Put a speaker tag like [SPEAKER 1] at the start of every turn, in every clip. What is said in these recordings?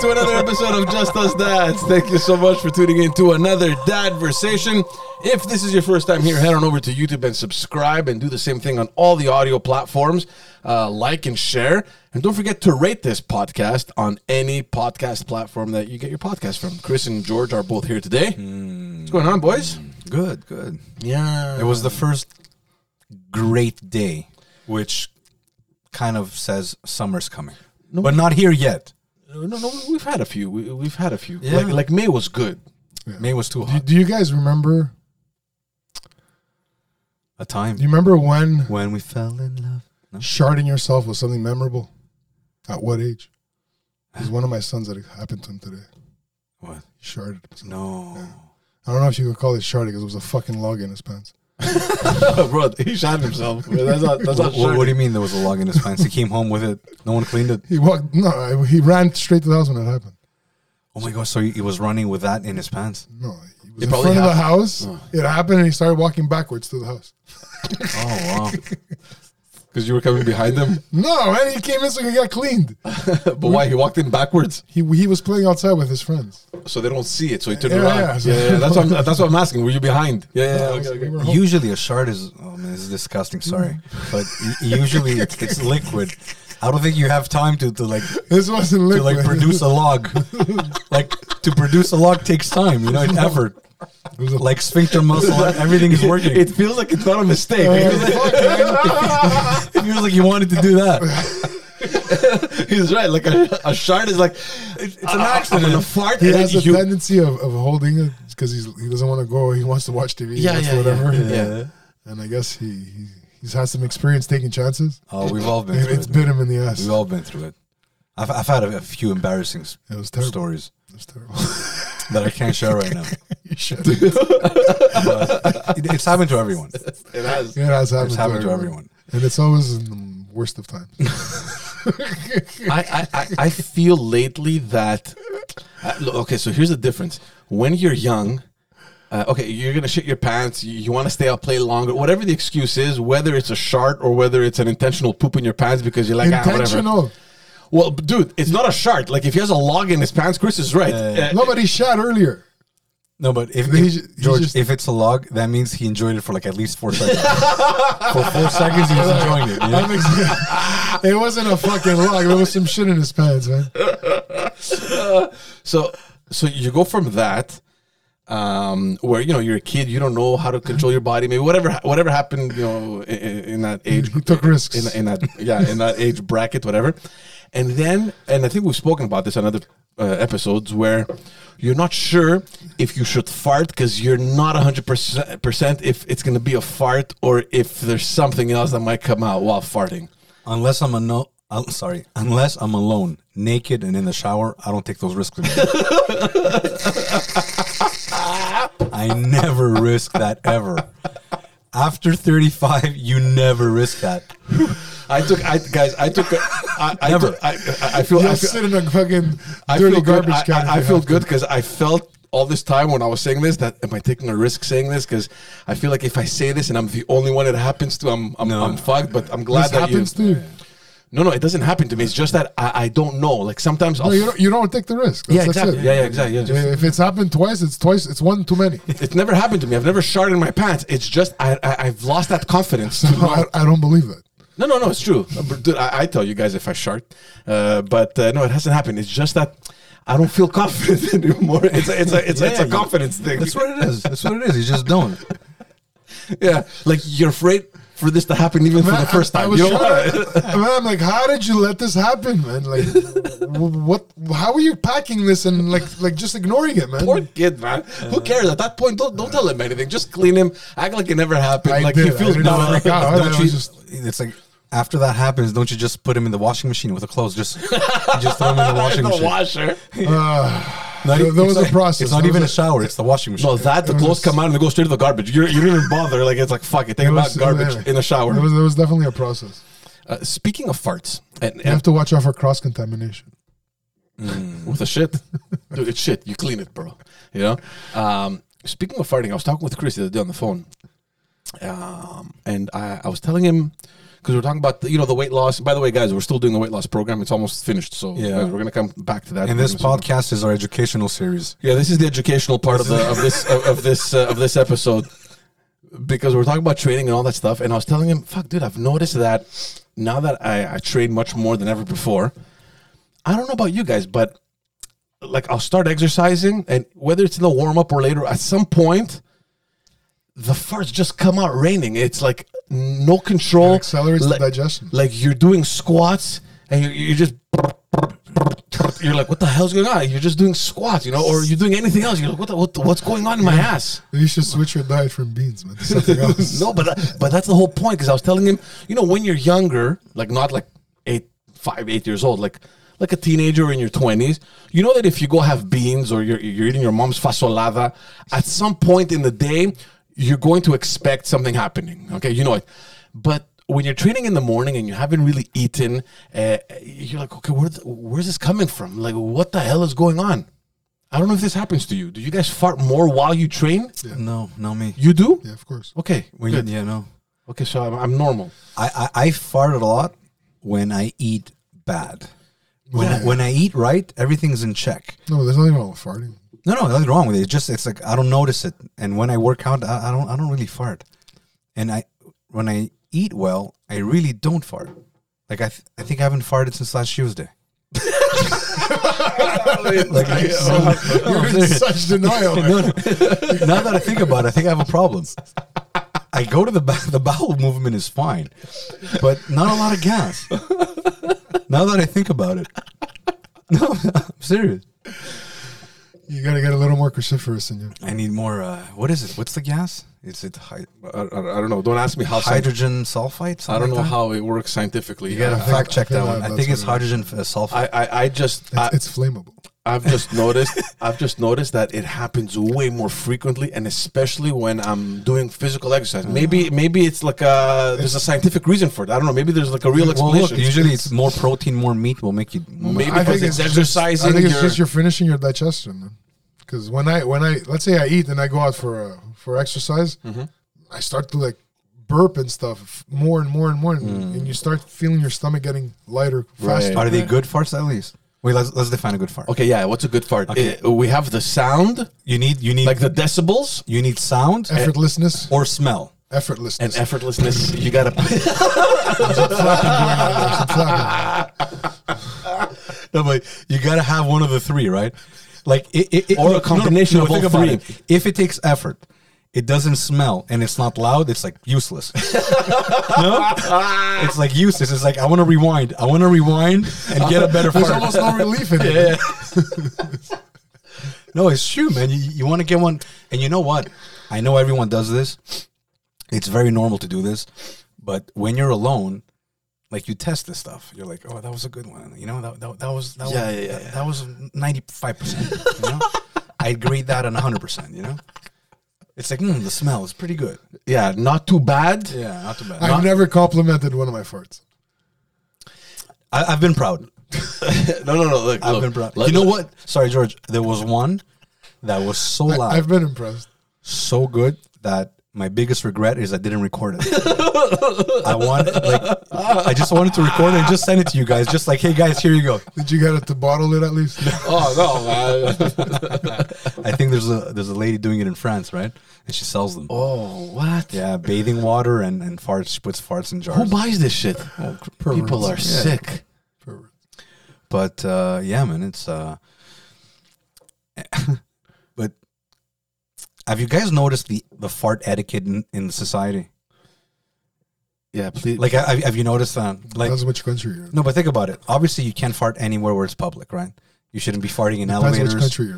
[SPEAKER 1] to another episode of Just Us Dads. Thank you so much for tuning in to another Dadversation. If this is your first time here, head on over to YouTube and subscribe and do the same thing on all the audio platforms. Uh, like and share. And don't forget to rate this podcast on any podcast platform that you get your podcast from. Chris and George are both here today. What's going on, boys?
[SPEAKER 2] Good, good.
[SPEAKER 1] Yeah.
[SPEAKER 2] It was the first great day, which kind of says summer's coming, but not here yet.
[SPEAKER 1] No, no, we've had a few. We, we've had a few.
[SPEAKER 2] Yeah.
[SPEAKER 1] Like, like May was good.
[SPEAKER 2] May was too
[SPEAKER 3] Do,
[SPEAKER 2] hot
[SPEAKER 3] do you guys remember?
[SPEAKER 2] a time
[SPEAKER 3] Do you remember when
[SPEAKER 2] when we fell in love. No?
[SPEAKER 3] sharding yourself was something memorable? At what age? Because one of my sons that it happened to him today.
[SPEAKER 2] What?
[SPEAKER 3] He sharded. himself.
[SPEAKER 2] No.
[SPEAKER 3] I don't know if you could call it sharding because it was a fucking log in his pants.
[SPEAKER 1] Bro, he shot himself. That's not, that's not
[SPEAKER 2] What, what,
[SPEAKER 1] shorting.
[SPEAKER 2] do you mean there was a log in his pants? He came home with it. No one cleaned it.
[SPEAKER 3] He walked. No, I, he ran straight to the house when it happened.
[SPEAKER 2] Oh my gosh! So he, he was running with that in his pants.
[SPEAKER 3] No, he was
[SPEAKER 1] It
[SPEAKER 3] in front
[SPEAKER 1] probably
[SPEAKER 3] of the
[SPEAKER 1] happened. Oh.
[SPEAKER 3] house. It happened, and he started walking backwards to the house.
[SPEAKER 2] Oh wow!
[SPEAKER 1] Because you were coming behind him.
[SPEAKER 3] No, man, he came in so he got cleaned.
[SPEAKER 1] but why? He walked in backwards,
[SPEAKER 3] He he was playing outside with his friends.
[SPEAKER 1] so they don't see it. So he turned
[SPEAKER 3] Yeah,
[SPEAKER 1] around. Yeah,
[SPEAKER 3] yeah.
[SPEAKER 1] yeah, yeah. That's what I'm, that's what I'm asking. Were you behind? Yeah, yeah.
[SPEAKER 3] No,
[SPEAKER 1] okay,
[SPEAKER 3] we
[SPEAKER 1] okay.
[SPEAKER 3] were home.
[SPEAKER 2] Usually a shard is oh man, this is disgusting. Sorry, but u- usually it's, it's liquid. I don't think you have time to, to like
[SPEAKER 3] this wasn't
[SPEAKER 2] to
[SPEAKER 3] liquid.
[SPEAKER 2] like produce a log. like to produce a log takes time, you know, it's effort. Like sphincter muscle, everything is working.
[SPEAKER 1] It feels like it's not a mistake.
[SPEAKER 3] Uh,
[SPEAKER 1] It feels like-
[SPEAKER 3] fuck, man.
[SPEAKER 2] It feels like you wanted to do that.
[SPEAKER 1] He's right. Like a, a shard is like it's an accident. a fart.
[SPEAKER 3] He
[SPEAKER 1] and
[SPEAKER 3] has
[SPEAKER 1] then
[SPEAKER 3] a
[SPEAKER 1] you-
[SPEAKER 3] tendency of, of holding it because he doesn't want to go. He wants to watch TV.
[SPEAKER 1] Yeah,
[SPEAKER 3] Yeah,
[SPEAKER 1] yeah, yeah,
[SPEAKER 3] whatever.
[SPEAKER 1] yeah. Yeah.
[SPEAKER 3] And I guess he, he he's had some experience taking chances.
[SPEAKER 2] Oh, we've all been
[SPEAKER 3] It,
[SPEAKER 2] through
[SPEAKER 3] has
[SPEAKER 2] it.
[SPEAKER 3] bit him in the ass.
[SPEAKER 2] We've all been through it. I've, I've had a, a few embarrassing s-
[SPEAKER 3] It was terrible.
[SPEAKER 2] stories
[SPEAKER 3] It's terrible.
[SPEAKER 2] that I can't share right now.
[SPEAKER 3] you should. It
[SPEAKER 2] But it, it's happened to everyone. It's
[SPEAKER 1] It has.
[SPEAKER 3] has happened,
[SPEAKER 2] happened to everyone.
[SPEAKER 3] and it's always in the worst of times.
[SPEAKER 1] I, I, I- I feel lately that I- look, okay so here's the difference when you're young uh, okay you're gonna shit your pants you, you want to stay out play longer whatever the excuse is whether it's a shart or whether it's an intentional poop in your pants because you're like ah, whatever
[SPEAKER 3] Intentional.
[SPEAKER 1] well b- dude it's not a shart like if he has a log in his pants Chris is right Uh,
[SPEAKER 3] Nobody shot he's
[SPEAKER 2] No, but if,
[SPEAKER 3] He
[SPEAKER 2] if-
[SPEAKER 3] ju- he
[SPEAKER 2] George,
[SPEAKER 3] just-
[SPEAKER 2] if it's a log, that means he enjoyed it for like at least four seconds. for four seconds, he was enjoying it. you know?
[SPEAKER 3] earlier. it wasn't a fucking log. There was some shit in his pants, man.
[SPEAKER 1] so so you go from that um, where you know you're a kid, you don't know how to control your body, maybe whatever whatever happened, you know, in, in that age,
[SPEAKER 3] He took risks.
[SPEAKER 1] in, in that yeah in that age bracket whatever and then and i think we've spoken about this on other uh, episodes where you're not sure if you should fart because you're not 100% percent if it's going to be a fart or if there's something else that might come out while farting
[SPEAKER 2] Unless I'm a no, I'm sorry. Unless I'm alone, naked, and in the shower, I don't take those risks. Anymore. I never risk that ever. After 35, you never risk that.
[SPEAKER 1] i took i guys i took a- i I,
[SPEAKER 2] Never.
[SPEAKER 1] took- I, I, I feel
[SPEAKER 3] You'll
[SPEAKER 1] I feel,
[SPEAKER 3] sit in a fucking
[SPEAKER 1] I
[SPEAKER 3] dirty
[SPEAKER 1] feel good.
[SPEAKER 3] garbage
[SPEAKER 1] I,
[SPEAKER 3] can.
[SPEAKER 1] I- I
[SPEAKER 3] if you
[SPEAKER 1] feel
[SPEAKER 3] have to.
[SPEAKER 1] good because I felt all this time when I was saying this that am I taking a risk saying this? Because I feel like if I say this and I'm the only one it happens to, I'm I'm,
[SPEAKER 2] No.
[SPEAKER 1] I'm fucked. But I'm glad
[SPEAKER 3] This
[SPEAKER 1] that
[SPEAKER 3] happens to
[SPEAKER 1] you.
[SPEAKER 3] you.
[SPEAKER 1] No, no, it doesn't happen to me. It's just that I, I don't know. Like sometimes I'll.
[SPEAKER 3] No, Oh, you don't, you don't take the risk. That's,
[SPEAKER 1] yeah,
[SPEAKER 3] that's
[SPEAKER 1] exactly.
[SPEAKER 3] it.
[SPEAKER 1] Yeah, yeah, exactly. Yeah.
[SPEAKER 3] Yeah, If it's happened twice, it's twice. It's one too many.
[SPEAKER 1] It's never happened to me. I've never sharded in my pants. It's just I, I I've lost that confidence. to
[SPEAKER 3] No, I, I don't believe that.
[SPEAKER 1] No, no, no, it's true. Uh, but Dude, I, I tell you guys if I shart, uh, but uh, no, it hasn't happened. It's just that I don't feel confident anymore. It's a, it's a, it's, a, it's
[SPEAKER 2] Yeah,
[SPEAKER 1] a
[SPEAKER 2] you-
[SPEAKER 1] confidence thing.
[SPEAKER 2] That's what it is. That's what it is. You just don't.
[SPEAKER 1] Yeah, like you're afraid for this to happen even for
[SPEAKER 3] Man,
[SPEAKER 1] the first
[SPEAKER 3] I- I
[SPEAKER 1] time.
[SPEAKER 3] was
[SPEAKER 1] you don't
[SPEAKER 3] trying
[SPEAKER 1] want
[SPEAKER 3] to- man, I'm like, how did you let this happen, man? Like, w- what? How are you packing this and like, like just ignoring it, man?
[SPEAKER 1] Poor kid, man. Who cares at that point? Don't don't tell him anything. Just clean him. Act like it never happened.
[SPEAKER 3] I
[SPEAKER 1] like
[SPEAKER 3] did.
[SPEAKER 1] he
[SPEAKER 3] I
[SPEAKER 1] feels
[SPEAKER 3] didn't
[SPEAKER 1] bad.
[SPEAKER 3] freak out.
[SPEAKER 2] Don't
[SPEAKER 3] Oh I
[SPEAKER 2] you,
[SPEAKER 3] was just-
[SPEAKER 2] it's like after that happens, don't you just put him in the washing machine with the clothes? Just just throw him in the washing
[SPEAKER 1] The
[SPEAKER 2] machine.
[SPEAKER 1] washer.
[SPEAKER 2] Not
[SPEAKER 3] Uh, There-
[SPEAKER 2] e-
[SPEAKER 3] there was
[SPEAKER 2] it's
[SPEAKER 3] a process.
[SPEAKER 2] It's not
[SPEAKER 3] There
[SPEAKER 2] even a
[SPEAKER 3] was
[SPEAKER 2] shower. It's the washing machine.
[SPEAKER 1] No, that the clothes come out and they go straight to the garbage. You're, you don't even bother. Like it's like fuck it. Take
[SPEAKER 3] It
[SPEAKER 1] them out
[SPEAKER 3] was- uh,
[SPEAKER 1] garbage
[SPEAKER 3] yeah.
[SPEAKER 1] in the shower.
[SPEAKER 3] There was, there was definitely a process.
[SPEAKER 1] uh, speaking of farts, and,
[SPEAKER 3] You have
[SPEAKER 1] and
[SPEAKER 3] to watch out for cross contamination.
[SPEAKER 1] with the shit, dude, it's shit. You clean it, bro. You know. Um, speaking of farting, I was talking with Chris the other day on the phone, um, and I, I was telling him because we're talking about the, you know the weight loss. By the way, guys, we're still doing the weight loss program. It's almost finished, so
[SPEAKER 2] Yeah.
[SPEAKER 1] guys, we're gonna come back to that.
[SPEAKER 2] And this
[SPEAKER 1] We're gonna-
[SPEAKER 2] podcast is our educational series.
[SPEAKER 1] yeah, this is the educational part of the of this of, of this uh, of this episode because we're talking about training and all that stuff. And I was telling him, "Fuck, dude, I've noticed that now that I, I train much more than ever before. I don't know about you guys, but like I'll start exercising, and whether it's in the warm up or later, at some point." The farts just come out raining. It's like no control.
[SPEAKER 3] It accelerates
[SPEAKER 1] Like-
[SPEAKER 3] the digestion.
[SPEAKER 1] like you're doing squats and you're, you're just you're like what the hell's going on you're just doing squats you know or you're doing anything else you're like what the, what the, what's going on in my ass
[SPEAKER 3] You should switch your diet from beans, man. to Something else.
[SPEAKER 1] no but that- but that's the whole point because i was telling him you know when you're younger like not like eight five eight years old like like a teenager or in your 20s you know that if you go have beans or you're, you're eating your mom's fasolada at some point in the day you're going to expect something happening okay you know it but when you're training in the morning and you haven't really eaten uh, you're like okay where, the- where's this coming from like what the hell is going on i don't know if this happens to you do you guys fart more while you train
[SPEAKER 2] No, no me.
[SPEAKER 1] you do
[SPEAKER 3] Yeah, of course.
[SPEAKER 1] okay
[SPEAKER 2] When you,
[SPEAKER 1] good.
[SPEAKER 2] yeah, no.
[SPEAKER 1] Okay, so I'm, I'm normal.
[SPEAKER 2] I, I I fart a lot when I eat bad. When I, when I eat right, everything's in check.
[SPEAKER 3] No, there's nothing wrong with farting.
[SPEAKER 2] No, no, nothing wrong with it. It's just it's like I don't notice it. And when I work out, I, I don't I don't really fart. And I when I eat well, I really don't fart. Like I th- I think I haven't farted since last Tuesday.
[SPEAKER 1] like,
[SPEAKER 3] You're in such denial. man.
[SPEAKER 2] now that I think about it, I think I have a problem. I go to the ba- the bowel movement is fine, but not a lot of gas. Now that I think about it, no, I'm serious.
[SPEAKER 3] You gotta get a little more cruciferous in you.
[SPEAKER 2] I need more. Uh, what is it? What's the gas? Is it hy-
[SPEAKER 1] I, I, I don't know. Don't ask me how. scientific
[SPEAKER 2] hydrogen sulfide?
[SPEAKER 1] I don't know
[SPEAKER 2] Something like that?
[SPEAKER 1] how it works scientifically.
[SPEAKER 2] You gotta
[SPEAKER 1] I,
[SPEAKER 2] fact check
[SPEAKER 3] I
[SPEAKER 2] that
[SPEAKER 3] think
[SPEAKER 2] one. I
[SPEAKER 3] that's
[SPEAKER 2] think it's
[SPEAKER 3] what
[SPEAKER 2] hydrogen f- uh, sulfide.
[SPEAKER 1] I, I, I just, I,
[SPEAKER 3] It's flammable.
[SPEAKER 1] I've just noticed, I've just noticed that it happens way more frequently, and especially when I'm doing physical exercise. Maybe, maybe Uh-huh. it's like a there's a scientific reason for it. I don't know. Maybe there's like a real
[SPEAKER 2] well, look,
[SPEAKER 1] explanation.
[SPEAKER 2] usually it's more protein, more meat will make you.
[SPEAKER 1] maybe
[SPEAKER 3] I
[SPEAKER 1] because
[SPEAKER 3] think
[SPEAKER 1] it's,
[SPEAKER 3] it's just-
[SPEAKER 1] exercising.
[SPEAKER 3] I think it's
[SPEAKER 1] your-
[SPEAKER 3] just you're finishing your digestion, man. Because when I when I let's say I eat and I go out for uh, for exercise,
[SPEAKER 1] Mm-hmm.
[SPEAKER 3] I start to like burp and stuff more and more and more, and,
[SPEAKER 1] Mm.
[SPEAKER 3] and you start feeling your stomach getting lighter faster.
[SPEAKER 2] Are they good farts at least? Wait, let's let's define a good fart.
[SPEAKER 1] okay, yeah. What's a good fart? Uh, we have the sound,
[SPEAKER 2] You need you need
[SPEAKER 1] like the decibels
[SPEAKER 2] you need sound
[SPEAKER 3] Effortlessness,
[SPEAKER 2] or smell.
[SPEAKER 1] and
[SPEAKER 3] effortlessness.
[SPEAKER 1] effortlessness. You gotta.
[SPEAKER 2] No, but you gotta have one of the three, right? Like it, it, it-
[SPEAKER 1] Or a
[SPEAKER 2] no, no,
[SPEAKER 1] combination
[SPEAKER 2] no,
[SPEAKER 1] of
[SPEAKER 2] think
[SPEAKER 1] all
[SPEAKER 2] about
[SPEAKER 1] three.
[SPEAKER 2] It. If it takes effort, it doesn't smell, and it's not loud. It's like useless. no, it's like useless. It's like I want to rewind. I want to rewind and get a better
[SPEAKER 3] There's
[SPEAKER 2] fart.
[SPEAKER 3] almost no relief in it.
[SPEAKER 2] no, it's true, man. You, you want to get one, and you know what? I know everyone does this. It's very normal to do this, but when you're alone, like you test this stuff, you're like, "Oh, that was a good one." You know, that that, that was that
[SPEAKER 1] Yeah,
[SPEAKER 2] was,
[SPEAKER 1] yeah, yeah,
[SPEAKER 2] that,
[SPEAKER 1] yeah.
[SPEAKER 2] that was ninety five percent. You know, I'd grade that on hundred percent. You know, it's like mm, the smell is pretty good.
[SPEAKER 1] yeah, not too bad.
[SPEAKER 2] Yeah, not too bad.
[SPEAKER 3] I've never complimented one of my farts.
[SPEAKER 2] I, I've been proud.
[SPEAKER 1] No, no, no. Look,
[SPEAKER 2] I've
[SPEAKER 1] look,
[SPEAKER 2] been proud.
[SPEAKER 1] let-
[SPEAKER 2] You know what? Sorry, George. There was one that was so
[SPEAKER 3] I,
[SPEAKER 2] loud.
[SPEAKER 3] I've been impressed.
[SPEAKER 2] so good that my biggest regret is I didn't record it. I want like I just wanted to record it and just send it to you guys. Just like, hey guys, here you go.
[SPEAKER 3] Did you get it to bottle it at least?
[SPEAKER 1] Oh no, man.
[SPEAKER 2] I think there's a there's a lady doing it in France, right? And she sells them.
[SPEAKER 1] oh, what?
[SPEAKER 2] Yeah, bathing water and and farts. She puts farts in
[SPEAKER 1] Who
[SPEAKER 2] jars.
[SPEAKER 1] buys this shit? People are
[SPEAKER 2] Yeah.
[SPEAKER 1] sick.
[SPEAKER 2] but uh, yeah, man, it's. uh But have you guys noticed the the fart etiquette in, in society?
[SPEAKER 1] Yeah, please.
[SPEAKER 2] Like, have, have you noticed that? Like,
[SPEAKER 3] Depends which country you're in.
[SPEAKER 2] No, but think about it. Obviously, you can't fart anywhere where it's public, right? You shouldn't be farting in
[SPEAKER 3] Depends which
[SPEAKER 2] elevators.
[SPEAKER 3] country you're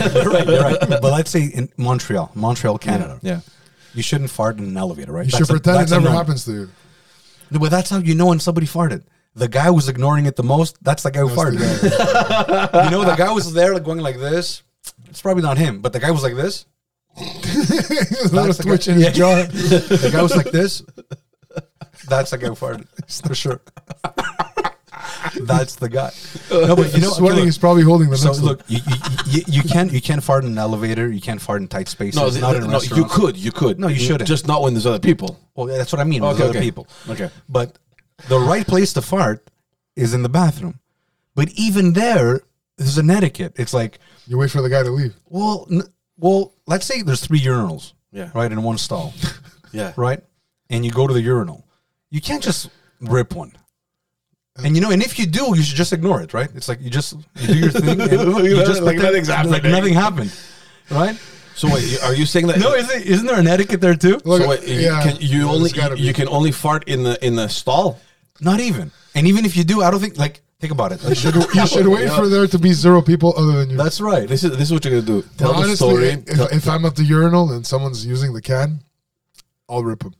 [SPEAKER 2] yeah, you're right. You're right. But let's say in Montreal, Montreal, Canada.
[SPEAKER 1] yeah.
[SPEAKER 2] You shouldn't fart in an elevator, right?
[SPEAKER 3] You
[SPEAKER 2] That's
[SPEAKER 3] should
[SPEAKER 2] a-
[SPEAKER 3] pretend it
[SPEAKER 2] that's a
[SPEAKER 3] never
[SPEAKER 2] no.
[SPEAKER 3] happens to you.
[SPEAKER 2] No, but that's how you know when somebody farted. The guy who's ignoring it the most, that's the guy who
[SPEAKER 3] That's the
[SPEAKER 2] farted. you know, the guy was there like going like this. It's probably not him, but the guy was like this.
[SPEAKER 3] There's a little
[SPEAKER 2] That's the
[SPEAKER 3] twitch
[SPEAKER 2] guy-
[SPEAKER 3] in his
[SPEAKER 2] yeah.
[SPEAKER 3] jaw.
[SPEAKER 2] The guy was like this. That's the guy who farted, for sure. that's the guy. No, but you know, okay,
[SPEAKER 3] sweating
[SPEAKER 2] look,
[SPEAKER 3] is probably holding the
[SPEAKER 2] so
[SPEAKER 3] next
[SPEAKER 2] look, you, you, you, you can't you can't fart in an elevator. You can't fart in tight spaces.
[SPEAKER 1] No,
[SPEAKER 2] not in a
[SPEAKER 1] no you
[SPEAKER 2] restaurant.
[SPEAKER 1] could, you could.
[SPEAKER 2] No, you shouldn't.
[SPEAKER 1] Just not when there's other people.
[SPEAKER 2] Well, that's what I mean. with
[SPEAKER 1] Okay,
[SPEAKER 2] other
[SPEAKER 1] okay.
[SPEAKER 2] people.
[SPEAKER 1] Okay.
[SPEAKER 2] But the right place to fart is in the bathroom. But even there, there's an etiquette. It's like,
[SPEAKER 3] You wait for the guy to leave.
[SPEAKER 2] well, n- well, let's say there's three urinals,
[SPEAKER 1] Yeah.
[SPEAKER 2] right, in one stall,
[SPEAKER 1] Yeah.
[SPEAKER 2] right, and you go to the urinal. You can't just rip one. And you know, and if you do, you should just ignore it, right? It's like you just you do your thing, and
[SPEAKER 1] Look at
[SPEAKER 2] you
[SPEAKER 1] that,
[SPEAKER 2] just
[SPEAKER 1] like
[SPEAKER 2] pretend
[SPEAKER 1] nothing's happening.
[SPEAKER 2] nothing happened, right?
[SPEAKER 1] So wait, you- are you saying that?
[SPEAKER 2] No, isn't isn't there an etiquette there too?
[SPEAKER 3] Look,
[SPEAKER 1] so wait, you,
[SPEAKER 3] yeah,
[SPEAKER 1] can, you
[SPEAKER 3] there's
[SPEAKER 1] only
[SPEAKER 3] gotta be.
[SPEAKER 1] you can only fart in the in the stall.
[SPEAKER 2] Not even. And even if you do, I don't think like think about it.
[SPEAKER 3] You should- you should wait
[SPEAKER 1] Yeah.
[SPEAKER 3] for there to be zero people other than you.
[SPEAKER 2] That's right.
[SPEAKER 1] This is this is what you're gonna do. Tell
[SPEAKER 3] Well,
[SPEAKER 1] the
[SPEAKER 3] honestly,
[SPEAKER 1] story.
[SPEAKER 3] If, if I'm at the urinal and someone's using the can, I'll rip him.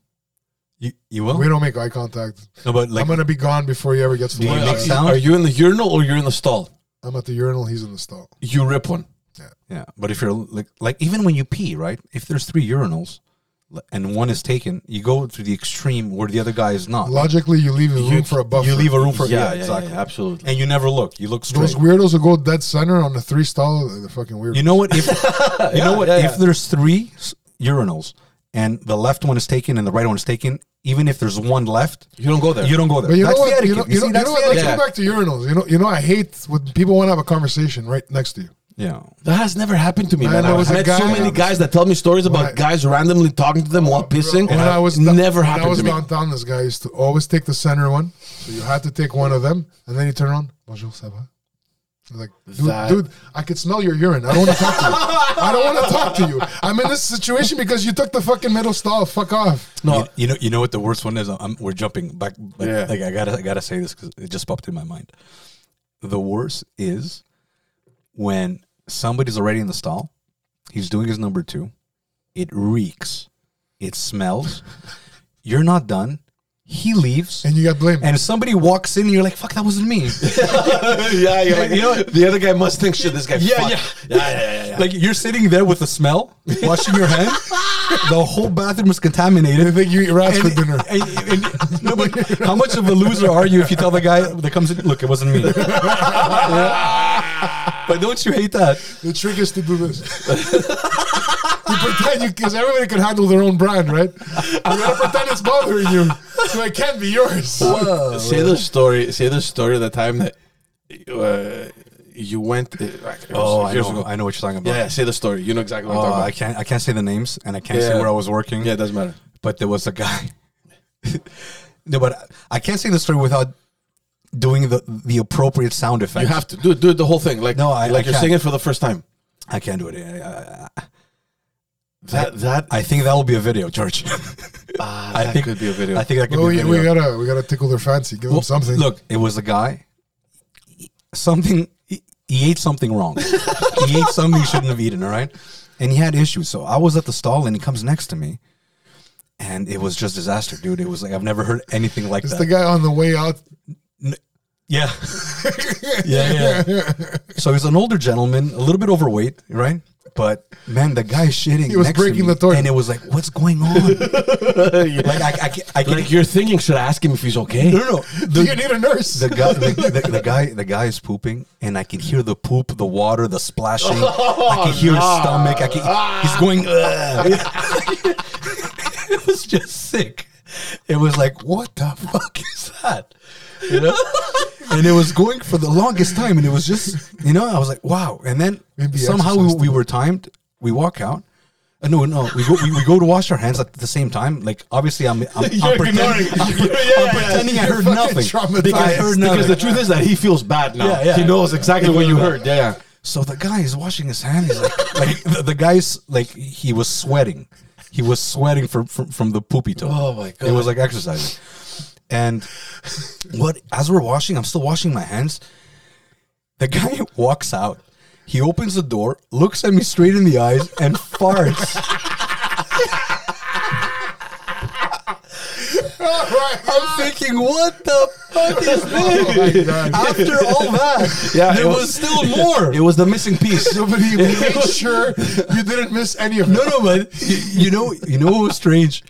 [SPEAKER 2] You, you will?
[SPEAKER 3] We don't make eye contact.
[SPEAKER 2] No, but like
[SPEAKER 3] I'm gonna be gone before he ever gets to the
[SPEAKER 2] Do you
[SPEAKER 1] Wait,
[SPEAKER 2] make
[SPEAKER 1] are,
[SPEAKER 3] urinal.
[SPEAKER 2] sense? sound?
[SPEAKER 1] are you in the urinal or you're in the stall?
[SPEAKER 3] I'm at the urinal. He's in the stall.
[SPEAKER 1] You rip one.
[SPEAKER 2] yeah, but if you're like like even when you pee, right? If there's three urinals l- and one is taken, you go to the extreme where the other guy is not.
[SPEAKER 3] Logically, you leave a room for a buffer.
[SPEAKER 2] You leave a room for yeah, exactly.
[SPEAKER 1] exactly. absolutely.
[SPEAKER 2] And you never look. You look
[SPEAKER 3] those
[SPEAKER 2] straight.
[SPEAKER 3] weirdos who go dead center on the three stall. They're fucking weird.
[SPEAKER 2] You know what? If you know what?
[SPEAKER 1] yeah, yeah.
[SPEAKER 2] If there's three s- urinals and the left one is taken and the right one is taken, even if there's one left,
[SPEAKER 1] You don't go there.
[SPEAKER 2] you don't go there.
[SPEAKER 3] But you
[SPEAKER 2] that's
[SPEAKER 3] know
[SPEAKER 2] the
[SPEAKER 3] what? You
[SPEAKER 2] etiquette.
[SPEAKER 3] know,
[SPEAKER 2] You see,
[SPEAKER 3] you know, you
[SPEAKER 2] that's
[SPEAKER 3] know
[SPEAKER 2] the
[SPEAKER 3] what? Let's
[SPEAKER 1] etiquette.
[SPEAKER 3] go back to urinals. You know, you know, I hate when people want to have a conversation right next to you.
[SPEAKER 2] Yeah.
[SPEAKER 1] That has never happened to me,
[SPEAKER 3] Man,
[SPEAKER 1] man.
[SPEAKER 3] there
[SPEAKER 1] I've
[SPEAKER 3] was a
[SPEAKER 1] met so
[SPEAKER 3] guy-
[SPEAKER 1] many guys that tell me stories about
[SPEAKER 3] When I-
[SPEAKER 1] guys randomly talking to them while pissing.
[SPEAKER 3] When I was
[SPEAKER 1] never
[SPEAKER 3] when I
[SPEAKER 1] happened
[SPEAKER 3] was
[SPEAKER 1] to me.
[SPEAKER 3] downtown, this guy used to always take the center one. So you had to take one of them, and then you turn around. Bonjour, ça va? I'm like, dude,
[SPEAKER 1] That-
[SPEAKER 3] dude, I could smell your urine. I don't want to talk to you. I don't want to talk to you. I'm in this situation because you took the fucking middle stall. Fuck off.
[SPEAKER 1] No,
[SPEAKER 2] You, you know, you know what the worst one is. I'm, we're jumping back, but
[SPEAKER 1] Yeah.
[SPEAKER 2] like I gotta, I gotta say this because it just popped in my mind. The worst is when somebody's already in the stall. He's doing his number two. It reeks. It smells. You're not done. He leaves,
[SPEAKER 3] And you got blamed.
[SPEAKER 2] and somebody walks in, and you're like, "Fuck, that wasn't me."
[SPEAKER 1] yeah, you're like, you know, the other guy must think shit. This guy,
[SPEAKER 2] Yeah,
[SPEAKER 1] fuck. yeah,
[SPEAKER 2] yeah.
[SPEAKER 1] yeah, yeah, yeah.
[SPEAKER 2] like you're sitting there with the smell, washing your hands. The whole bathroom is contaminated.
[SPEAKER 3] I think you eat rats for
[SPEAKER 2] And-
[SPEAKER 3] dinner.
[SPEAKER 2] and- and- no, but how much of a loser are you if you tell the guy that comes in, look, it wasn't me? but don't you hate that?
[SPEAKER 3] The trick is to do this. you pretend you, because everybody can handle their own brand, right? You gotta pretend it's bothering you, so it can't be yours.
[SPEAKER 1] say the story. Say the story of the time that uh, you went. Uh, like, it was years ago.
[SPEAKER 2] Oh, I know what you're talking
[SPEAKER 1] Yeah, yeah, say the story. You know exactly what I'm
[SPEAKER 2] Oh,
[SPEAKER 1] talking
[SPEAKER 2] I
[SPEAKER 1] about.
[SPEAKER 2] can't. I can't say the names, and I can't say
[SPEAKER 1] Yeah.
[SPEAKER 2] where I was working.
[SPEAKER 1] yeah, it doesn't matter.
[SPEAKER 2] but there was a guy. no, but I- I can't say the story without doing the the appropriate sound effects.
[SPEAKER 1] You have to do it. Do it the whole thing. Like
[SPEAKER 2] No, I-
[SPEAKER 1] like
[SPEAKER 2] I
[SPEAKER 1] you're
[SPEAKER 2] can't.
[SPEAKER 1] saying it for the first time.
[SPEAKER 2] I can't do it. I, I-
[SPEAKER 1] That that
[SPEAKER 2] I think that will be a video, George.
[SPEAKER 1] ah,
[SPEAKER 2] I
[SPEAKER 1] that
[SPEAKER 2] think
[SPEAKER 1] could be a video. Oh,
[SPEAKER 2] I think that could
[SPEAKER 3] Well,
[SPEAKER 2] be a
[SPEAKER 3] we,
[SPEAKER 2] video.
[SPEAKER 3] Oh, we gotta we gotta tickle their fancy, give them
[SPEAKER 2] Well,
[SPEAKER 3] something.
[SPEAKER 2] Look, it was a guy. Something he, he ate something wrong. he ate something he shouldn't have eaten. All right, and he had issues. So I was at the stall, and he comes next to me, and it was just disaster, dude. It was like I've never heard anything like
[SPEAKER 3] it's
[SPEAKER 2] that.
[SPEAKER 3] the guy on the way out.
[SPEAKER 2] yeah, yeah, yeah. So he's an older gentleman, a little bit overweight, right? But man, the guy shitting.
[SPEAKER 3] He was
[SPEAKER 2] next to
[SPEAKER 3] breaking
[SPEAKER 2] me,
[SPEAKER 3] the toilet.
[SPEAKER 2] and it was like, what's going on? like I, I, ca- I can,
[SPEAKER 1] like you're thinking, should I ask him if he's okay?
[SPEAKER 2] no, no, no. The-
[SPEAKER 3] Do you need a nurse?
[SPEAKER 2] the guy, the, the, the guy, the guy is pooping, and I can hear the poop, the water, the splashing. I
[SPEAKER 1] Oh,
[SPEAKER 2] can hear his stomach. I can, he's going. "Ugh." it was just sick. It was like, what the fuck is that? You know, and it was going for the longest time, and it was just, you know, I was like, wow. And then
[SPEAKER 3] Maybe
[SPEAKER 2] somehow we,
[SPEAKER 3] exercise
[SPEAKER 2] we were timed. We walk out. Uh, no, no, we go, we, we go to wash our hands at the same time. Like obviously, I'm I'm, I'm pretending,
[SPEAKER 1] ignoring.
[SPEAKER 2] I'm,
[SPEAKER 1] Yeah, yeah,
[SPEAKER 2] I'm pretending I
[SPEAKER 3] You're
[SPEAKER 2] heard
[SPEAKER 3] fucking
[SPEAKER 2] nothing.
[SPEAKER 3] traumatized.
[SPEAKER 2] I heard nothing.
[SPEAKER 1] Because the truth is that he feels bad now.
[SPEAKER 2] Yeah, yeah.
[SPEAKER 1] he knows exactly what you heard. Yeah, yeah.
[SPEAKER 2] So the guy is washing his hands. He's like, like the, the guy's like he was sweating. He was sweating from from, from the poopy toe.
[SPEAKER 1] Oh, my God.
[SPEAKER 2] It was like exercising. And what as we're washing, I'm still washing my hands. The guy walks out. He opens the door, looks at me straight in the eyes, and farts.
[SPEAKER 3] All right.
[SPEAKER 2] I'm thinking, what the fuck is
[SPEAKER 3] Oh
[SPEAKER 2] this?
[SPEAKER 3] my God.
[SPEAKER 2] After all that,
[SPEAKER 1] Yeah,
[SPEAKER 2] there
[SPEAKER 1] it
[SPEAKER 2] was,
[SPEAKER 1] was-
[SPEAKER 2] still more.
[SPEAKER 1] It was the missing piece.
[SPEAKER 3] Somebody made sure you didn't miss any of it.
[SPEAKER 2] No, no, but you, you know, you know what was strange.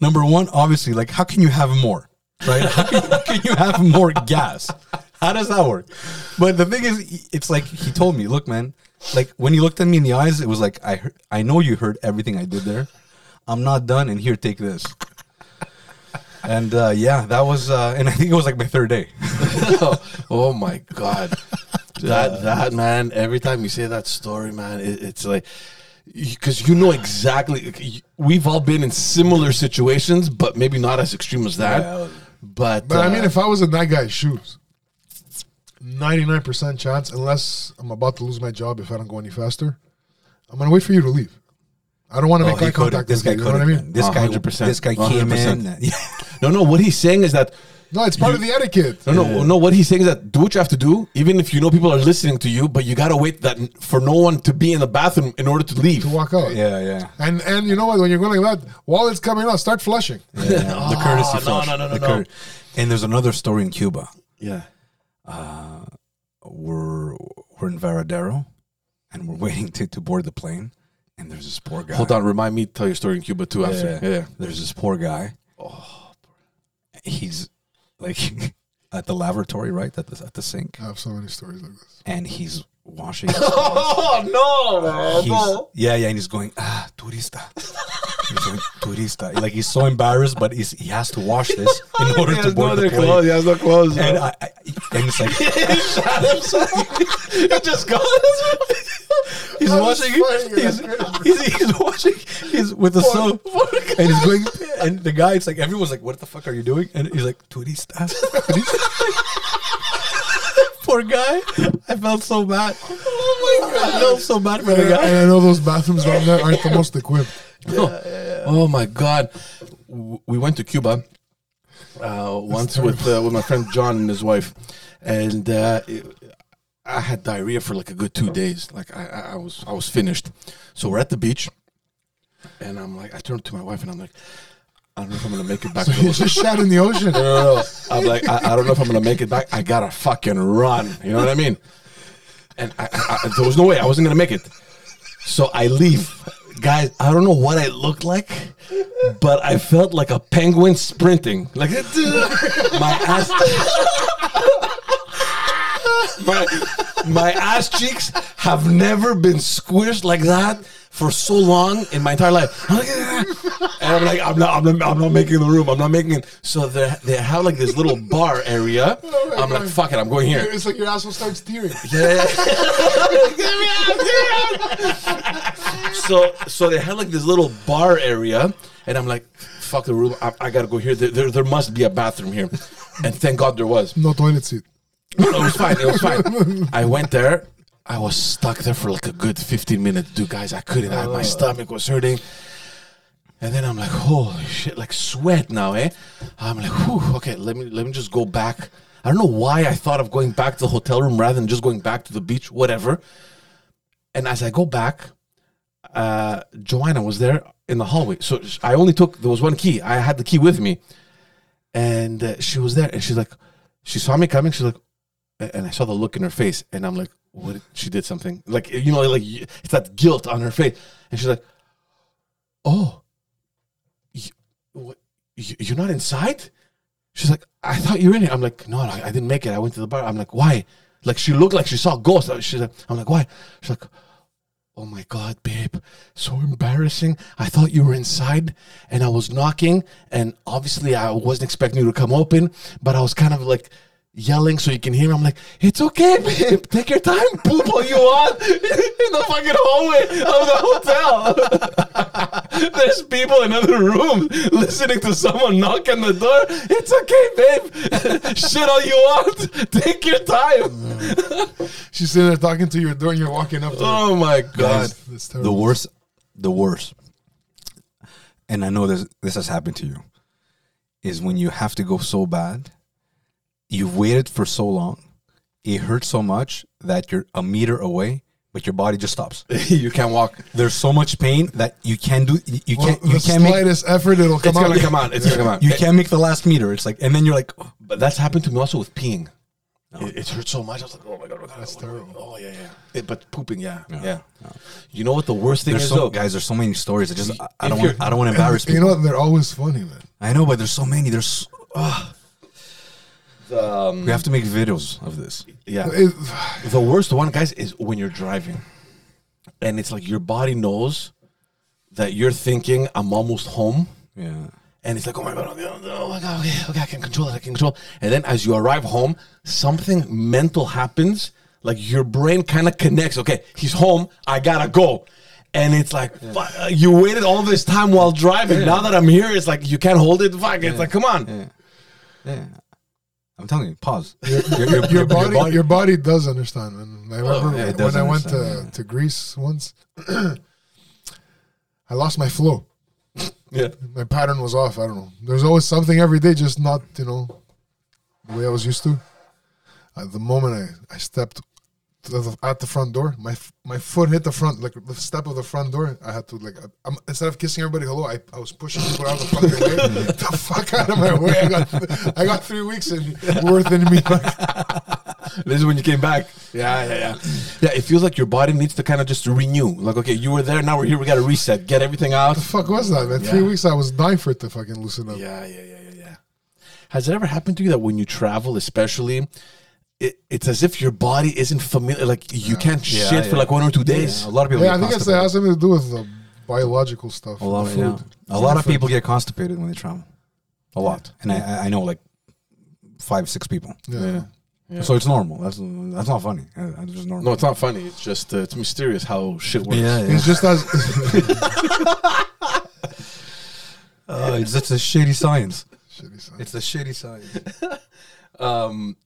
[SPEAKER 2] Number one, obviously, like how can you have more, right? How can, how can you have more gas? How does that work? But the thing is, it's like he told me, look, man, like when he looked at me in the eyes, it was like I heard, I know you heard everything I did there. I'm not done, and here, take this. And uh, yeah, that was, uh, and I think it was like my third day.
[SPEAKER 1] oh my god, that that man! Every time you say that story, man, it, it's like because you know exactly. you- We've all been in similar situations, but maybe not as extreme as that.
[SPEAKER 2] Yeah.
[SPEAKER 1] But
[SPEAKER 3] But I
[SPEAKER 1] uh,
[SPEAKER 3] mean, if I was in that guy's shoes, 99% chance, unless I'm about to lose my job if I don't go any faster, I'm going to wait for you to leave. I don't want to
[SPEAKER 2] Oh,
[SPEAKER 3] make eye
[SPEAKER 2] he couldn't.
[SPEAKER 3] contact
[SPEAKER 2] This
[SPEAKER 3] with you.
[SPEAKER 2] guy
[SPEAKER 3] You know what I
[SPEAKER 2] couldn't. man.
[SPEAKER 3] mean?
[SPEAKER 2] This guy,
[SPEAKER 1] 100%.
[SPEAKER 2] this guy came in.
[SPEAKER 1] no, no, what he's saying is that
[SPEAKER 3] No, it's part of the etiquette.
[SPEAKER 1] no, no, no. What he's saying is that do what you have to do, even if you know people are listening to you, but you gotta wait that for no one to be in the bathroom in order to leave.
[SPEAKER 3] To walk out.
[SPEAKER 2] yeah, yeah.
[SPEAKER 3] And and you know what? When you're going like that, while it's coming out, start flushing.
[SPEAKER 2] Yeah, the
[SPEAKER 1] Ah,
[SPEAKER 2] courtesy
[SPEAKER 1] no,
[SPEAKER 2] flush.
[SPEAKER 1] no, no, no,
[SPEAKER 2] the
[SPEAKER 1] no.
[SPEAKER 2] And there's another story in Cuba.
[SPEAKER 1] Yeah.
[SPEAKER 2] We're we're in Varadero, and we're waiting to, to board the plane. And there's this poor guy.
[SPEAKER 1] Hold on, remind me to tell your story in Cuba too
[SPEAKER 2] Yeah,
[SPEAKER 1] after.
[SPEAKER 2] yeah.
[SPEAKER 1] Yeah. yeah. Oh,
[SPEAKER 2] There's this poor guy. He's like at the lavatory, right? At the at the sink,
[SPEAKER 3] I have so many stories like this.
[SPEAKER 2] and he's washing. his clothes.
[SPEAKER 1] Oh no, man.
[SPEAKER 2] He's- yeah, yeah, and he's going ah turista. He's going, turista. Like he's so embarrassed, but he's, he has to wash this in order to board the plane.
[SPEAKER 1] He has no clothes.
[SPEAKER 2] And I, I, and it's like
[SPEAKER 1] he shot himself. he just got
[SPEAKER 2] He's
[SPEAKER 3] I was
[SPEAKER 2] washing.
[SPEAKER 3] fighting
[SPEAKER 2] He's,
[SPEAKER 3] it.
[SPEAKER 2] he's, he's washing. He's with the soap. And he's going. And the guy, it's like everyone's like, "What the fuck are you doing?" And he's like, "Turista." Poor guy. I felt so bad. Oh my god! I felt so bad for the
[SPEAKER 3] And,
[SPEAKER 2] guy.
[SPEAKER 3] and I know those bathrooms down there aren't the most equipped.
[SPEAKER 1] Oh my god, W- we went to Cuba uh, once with uh, with my friend John and his wife, and uh, it- I had diarrhea for like a good two days. Like I, I- I was I was finished. So we're at the beach, and I'm like, I turned to my wife and I'm like, I don't know if I'm gonna make it back. to
[SPEAKER 3] You
[SPEAKER 1] Los
[SPEAKER 3] just shot in the ocean.
[SPEAKER 1] no, no. I'm like, I, I don't know if I'm gonna make it back. I gotta fucking run. You know what I mean? And I, I, I- there was no way I wasn't gonna make it. So I leave, guys. I don't know what I looked like, but I felt like a penguin sprinting. Like my ass, my, my ass cheeks have never been squished like that. For so long in my entire life, I'm like, "Ah." and I'm like, I'm not, I'm not, I'm not making the room. I'm not making it. So they they have like this little bar area.
[SPEAKER 3] Oh my
[SPEAKER 1] I'm like,
[SPEAKER 3] God.
[SPEAKER 1] fuck it, I'm going here.
[SPEAKER 3] It's like your asshole starts tearing.
[SPEAKER 1] Yeah. so so they had like this little bar area, and I'm like, fuck the room. I, I gotta go here. There, there there must be a bathroom here, and thank God there was.
[SPEAKER 3] No toilet seat.
[SPEAKER 1] No, no, it was fine. It was fine. I went there. I was stuck there for like a good 15 minutes, dude. Guys, I couldn't. I, my stomach was hurting. And then I'm like, holy shit, like sweat now, eh? I'm like, whew, okay, let me let me just go back. I don't know why I thought of going back to the hotel room rather than just going back to the beach, whatever. And as I go back, uh, Joanna was there in the hallway. So sh- I only took there was one key. I had the key with me, and uh, she was there, and she's like, she saw me coming. She's like, a- and I saw the look in her face, and I'm like, what? She did something like you know, like y- it's that guilt on her face, and she's like, oh, you, what, you, you're not inside. She's like, I thought you were in here. I'm like, no, no, I didn't make it. I went to the bar. I'm like, why? Like she looked like she saw a ghost. She's like, I'm like, why? She's like, Oh my God, babe. So embarrassing. I thought you were inside and I was knocking, and obviously I wasn't expecting you to come open, but I was kind of like yelling so you can hear me. I'm like, it's okay, babe. Take your time. Poop all you want in the fucking hallway of the hotel. There's people in other rooms listening to someone knock on the door. It's okay, babe. Shit all you want. Take your time.
[SPEAKER 3] She's sitting there talking to your door and you're walking up to her.
[SPEAKER 1] oh my God.
[SPEAKER 3] That's- that's
[SPEAKER 2] the
[SPEAKER 3] terrible.
[SPEAKER 2] worst the worst and i know this this has happened to you is when you have to go so bad you've waited for so long it hurts so much that you're a meter away but your body just stops
[SPEAKER 1] you can't walk.
[SPEAKER 2] there's so much pain that you can't do you, you
[SPEAKER 3] Well,
[SPEAKER 2] can't you
[SPEAKER 3] the
[SPEAKER 2] can't make
[SPEAKER 3] slightest effort, it'll come
[SPEAKER 1] It's
[SPEAKER 3] out.
[SPEAKER 1] gonna come out. It's gonna come out.
[SPEAKER 2] you
[SPEAKER 1] It-
[SPEAKER 2] can't make the last meter it's like and then you're like oh,
[SPEAKER 1] but that's happened to me also with peeing. It, it hurt so much. I was like, oh my god, oh my god, that's
[SPEAKER 3] terrible.
[SPEAKER 1] Oh yeah, yeah. It- but pooping, yeah, yeah. You know what the worst thing
[SPEAKER 2] there's
[SPEAKER 1] is
[SPEAKER 2] so
[SPEAKER 1] though,
[SPEAKER 2] guys there's so many stories i just I, I
[SPEAKER 1] If
[SPEAKER 2] don't want
[SPEAKER 1] you're-
[SPEAKER 2] i don't want to embarrass
[SPEAKER 3] You
[SPEAKER 2] people
[SPEAKER 3] know, they're always funny, man.
[SPEAKER 2] i know but there's so many there's uh,
[SPEAKER 1] The, um,
[SPEAKER 2] We have to make videos of this.
[SPEAKER 1] yeah.
[SPEAKER 3] It-
[SPEAKER 1] The worst one, guys, is when you're driving. And it's like your body knows that you're thinking, I'm almost home.
[SPEAKER 2] Yeah.
[SPEAKER 1] And it's like, oh my God, oh my God, oh my God, okay, okay, I can control it, I can control it. And then as you arrive home, something mental happens. Like your brain kind of connects, okay, he's home, I gotta go. And it's like, fuck, uh, you waited all this time while driving. Now that I'm here, it's like, you can't hold it. Fuck, it's like, come on.
[SPEAKER 2] Yeah. Yeah. I'm telling you, pause.
[SPEAKER 3] your body, your body does understand. Man. I remember
[SPEAKER 2] yeah, it does
[SPEAKER 3] when I went to,
[SPEAKER 2] understand, yeah.
[SPEAKER 3] to Greece once, I lost my flow.
[SPEAKER 1] Yeah.
[SPEAKER 3] My pattern was off. I don't know. There's always something every day, just not you know the way I was used to. At the moment I, I stepped to the, at the front door, my f- my foot hit the front like the step of the front door. I had to like I, am instead of kissing everybody hello, I, I was pushing people out of the fucking way. the fuck out of my way! I got I got three weeks in worth in me.
[SPEAKER 1] This is when you came back. Yeah, yeah, yeah. Yeah, it feels like your body needs to kind of just renew. Like, okay, you were there, now we're here, we got to reset, get everything out.
[SPEAKER 3] fuck was that, man? Three
[SPEAKER 1] Yeah.
[SPEAKER 3] weeks I was dying for it to fucking loosen up.
[SPEAKER 1] Yeah, yeah, yeah, yeah, yeah. Has it ever happened to you that when you travel, especially, it, it's as if your body isn't familiar? Like, you can't
[SPEAKER 2] Yeah,
[SPEAKER 1] shit for
[SPEAKER 2] yeah.
[SPEAKER 1] like one or two days.
[SPEAKER 2] A lot of people.
[SPEAKER 3] Yeah, I
[SPEAKER 2] get
[SPEAKER 3] think it's, it
[SPEAKER 2] constipated.
[SPEAKER 3] has something to do with the biological stuff.
[SPEAKER 2] A lot
[SPEAKER 3] the
[SPEAKER 2] of yeah. A lot of people get constipated when they travel. A lot, and I- I, I know like five, six people.
[SPEAKER 3] Yeah.
[SPEAKER 2] So it's normal. That's that's not funny. Uh, That's just normal.
[SPEAKER 1] No, it's not funny. It's just, uh, it's mysterious how shit works.
[SPEAKER 2] yeah, yeah.
[SPEAKER 3] It's just as
[SPEAKER 2] Uh, it's just a shady science.
[SPEAKER 3] Shitty sound.
[SPEAKER 2] It's a shady science.
[SPEAKER 1] Um,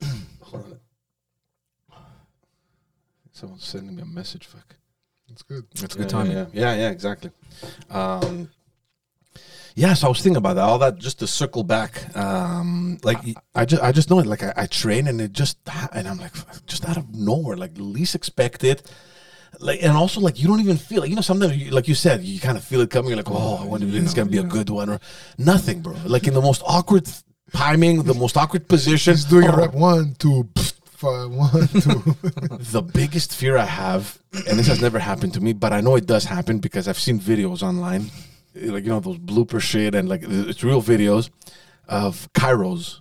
[SPEAKER 1] hold on. Someone's sending me a message. Fuck.
[SPEAKER 3] It's good.
[SPEAKER 2] That's
[SPEAKER 1] yeah,
[SPEAKER 2] good timing.
[SPEAKER 1] Yeah, yeah, yeah, exactly. Um, yeah, so I was thinking about that. All that just to circle back. Um, like I, just, I just know it. Like I, I train, and it just, ha- and I'm like, f- just out of nowhere, like least expected. Like and also like you don't even feel it. you know sometimes you, like you said you kind of feel it coming. You're like, oh, I wonder if this is gonna be a good one or nothing, bro. Like in the most awkward th- timing, the most awkward position.
[SPEAKER 3] He's doing a
[SPEAKER 1] Oh,
[SPEAKER 3] rep one, two, five, one, two.
[SPEAKER 1] the biggest fear I have, and this has never happened to me, but I know it does happen because I've seen videos online, eh, like you know those blooper shit, and like th- it's real videos of Kairos.